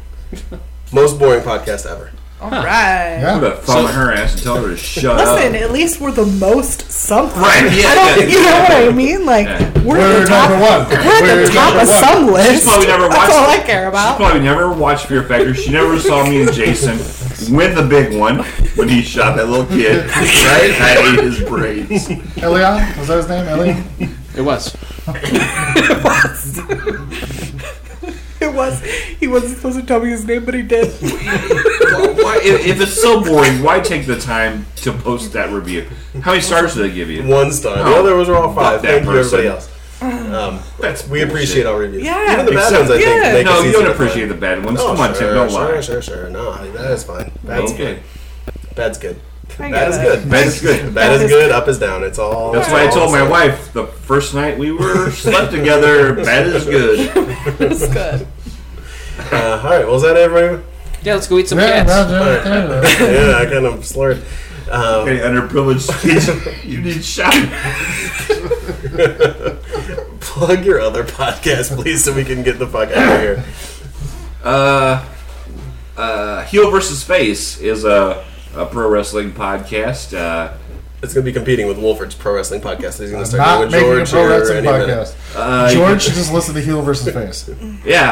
Most boring podcast ever. All right. I'm Yeah. gonna thumb her ass and tell her to shut Listen, up. at least we're the most something. Right, yeah, I don't, yeah. you know what I mean? Like Yeah. we're, We're the top. number one. We're at We're the top number one. of some list. She's probably never watched That's all I it. care She about. probably never watched Fear Factor. She never saw me and Jason win the big one when he shot that little kid. Right? I ate his brains. Elian? Was that his name? Elian? It was. It was. He wasn't supposed to tell me his name, but he did. Why, if, if it's so boring, why take the time to post that review? How many stars did they give you? One star. The others were all five. Fuck that Thank you, person. everybody else. Um, we appreciate all reviews. Yeah. Even the bad ones, I think. Yeah. Make No, us you easier don't to appreciate find. the bad ones. No, Come on, sure, Tim, don't sure, lie. Sure, sure, No, that is fine. That's Okay. good. That's good. That I get is it. good. That is good. That is good. Up is down. It's all. That's it's why I all told my solid. wife the first night we were slept together, bad is good. It's good. Uh, all right. Well, is that everyone? Yeah, let's go eat some Yeah, cats. no, no, no, no. yeah, I kind of slurred. Um, Okay, underprivileged kids, you need shot. plug your other podcast, please, so we can get the fuck out of here. Uh, uh, Heel versus Face is a, a pro wrestling podcast. Uh, It's going to be competing with Wolford's Pro Wrestling Podcast. He's going to start doing with Not making a George pro here wrestling any minute. podcast. uh, you George should just listen to heel versus face. Yeah,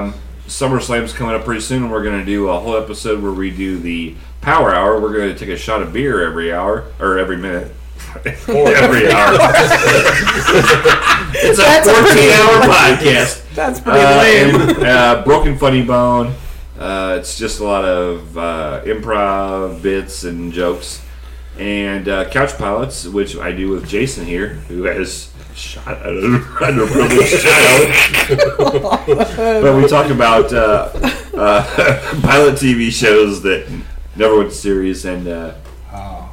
um, SummerSlam's coming up pretty soon, and we're going to do a whole episode where we do the Power Hour. We're going to take a shot of beer every hour or every minute. every hour. it's a That's a pretty- fourteen-hour podcast. That's pretty Uh, lame. and, uh, broken funny bone. Uh, it's just a lot of uh, improv bits and jokes, and uh, couch pilots, which I do with Jason here, who has shot an underprivileged child. but we talk about uh, uh, pilot TV shows that never went to series, and uh,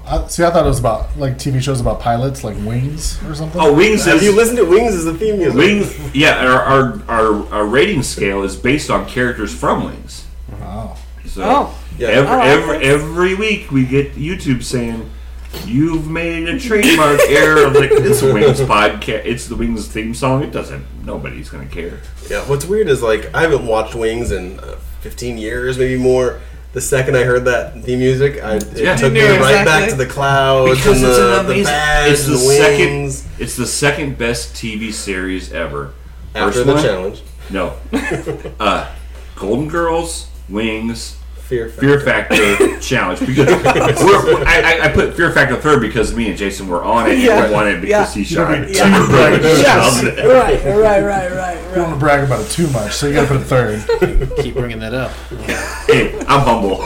I, see, I thought it was about like TV shows about pilots, like Wings or something. oh, Wings Have is you listened to Wings as the theme music? Wings. Yeah, our, our our our rating scale is based on characters from Wings. Wow. So Oh. Yeah. every Oh, I every, see. every week we get YouTube saying you've made a trademark error. I'm like it's a Wings podcast. It's the Wings theme song. It doesn't. Nobody's gonna care. Yeah, what's weird is like I haven't watched Wings in uh, 15 years, maybe more. The second I heard that theme music, I, it Yeah. took me You knew right back exactly. to the clouds Because and it's the, an the amazing- badge it's the and the wings. second. It's the second best TV series ever. After First the one- challenge, No. uh, Golden Girls, Wings, Fear Factor. Fear Factor challenge because we're, I, I- I put Fear Factor third because me and Jason were on it. Yeah. and we won it because he shot. You're it. being too braggadocious. Right, right, right, right, You don't want to brag about it too much, so you got to put a third. Keep bringing that up. Hey, I'm humble.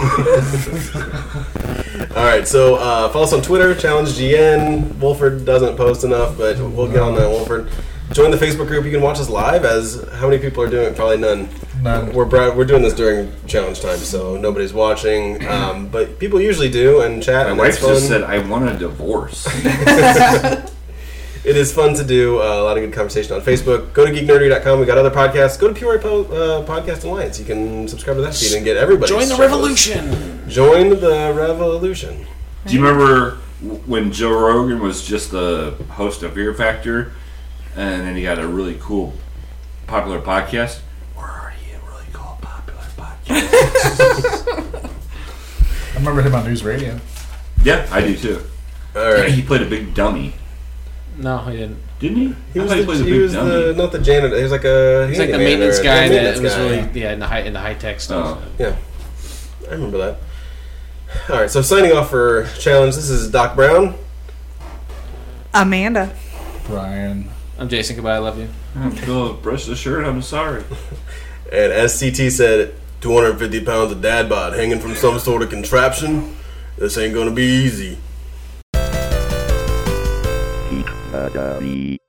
All right, so uh, follow us on Twitter, Challenge GN. Wolford doesn't post enough, but we'll get on that, Wolford. Join the Facebook group. You can watch us live. As how many people are doing it? Probably none. None. We're bra- we're doing this during challenge time, so nobody's watching. Um, but people usually do and chat. My and wife it's fun. just said, I want a divorce. it is fun to do. Uh, a lot of good conversation on Facebook. Go to geeknerdery.com. We got other podcasts. Go to PY po- uh, Podcast Alliance. You can subscribe to that feed and get everybody. Join the revolution. Join the revolution. Do you remember when Joe Rogan was just the host of Fear Factor and then he got a really cool, popular podcast? We're already a really cool, popular podcast. I remember him on news radio. yeah, I do too. All right. He played a big dummy, No, I didn't. didn't he? He I was, thought the, he was the not the janitor. He was like a He's like the handyman maintenance or- guy the that maintenance was guy. really yeah in the high in the high tech stuff. Oh. Yeah, I remember that. All right, so signing off for challenge. This is Doc Brown. Amanda. Brian. I'm Jason. Goodbye. I love you. I'm still brush the shirt. I'm sorry. And SCT said, 250 pounds of dad bod hanging from some sort of contraption. This ain't gonna be easy. Geek Nursery.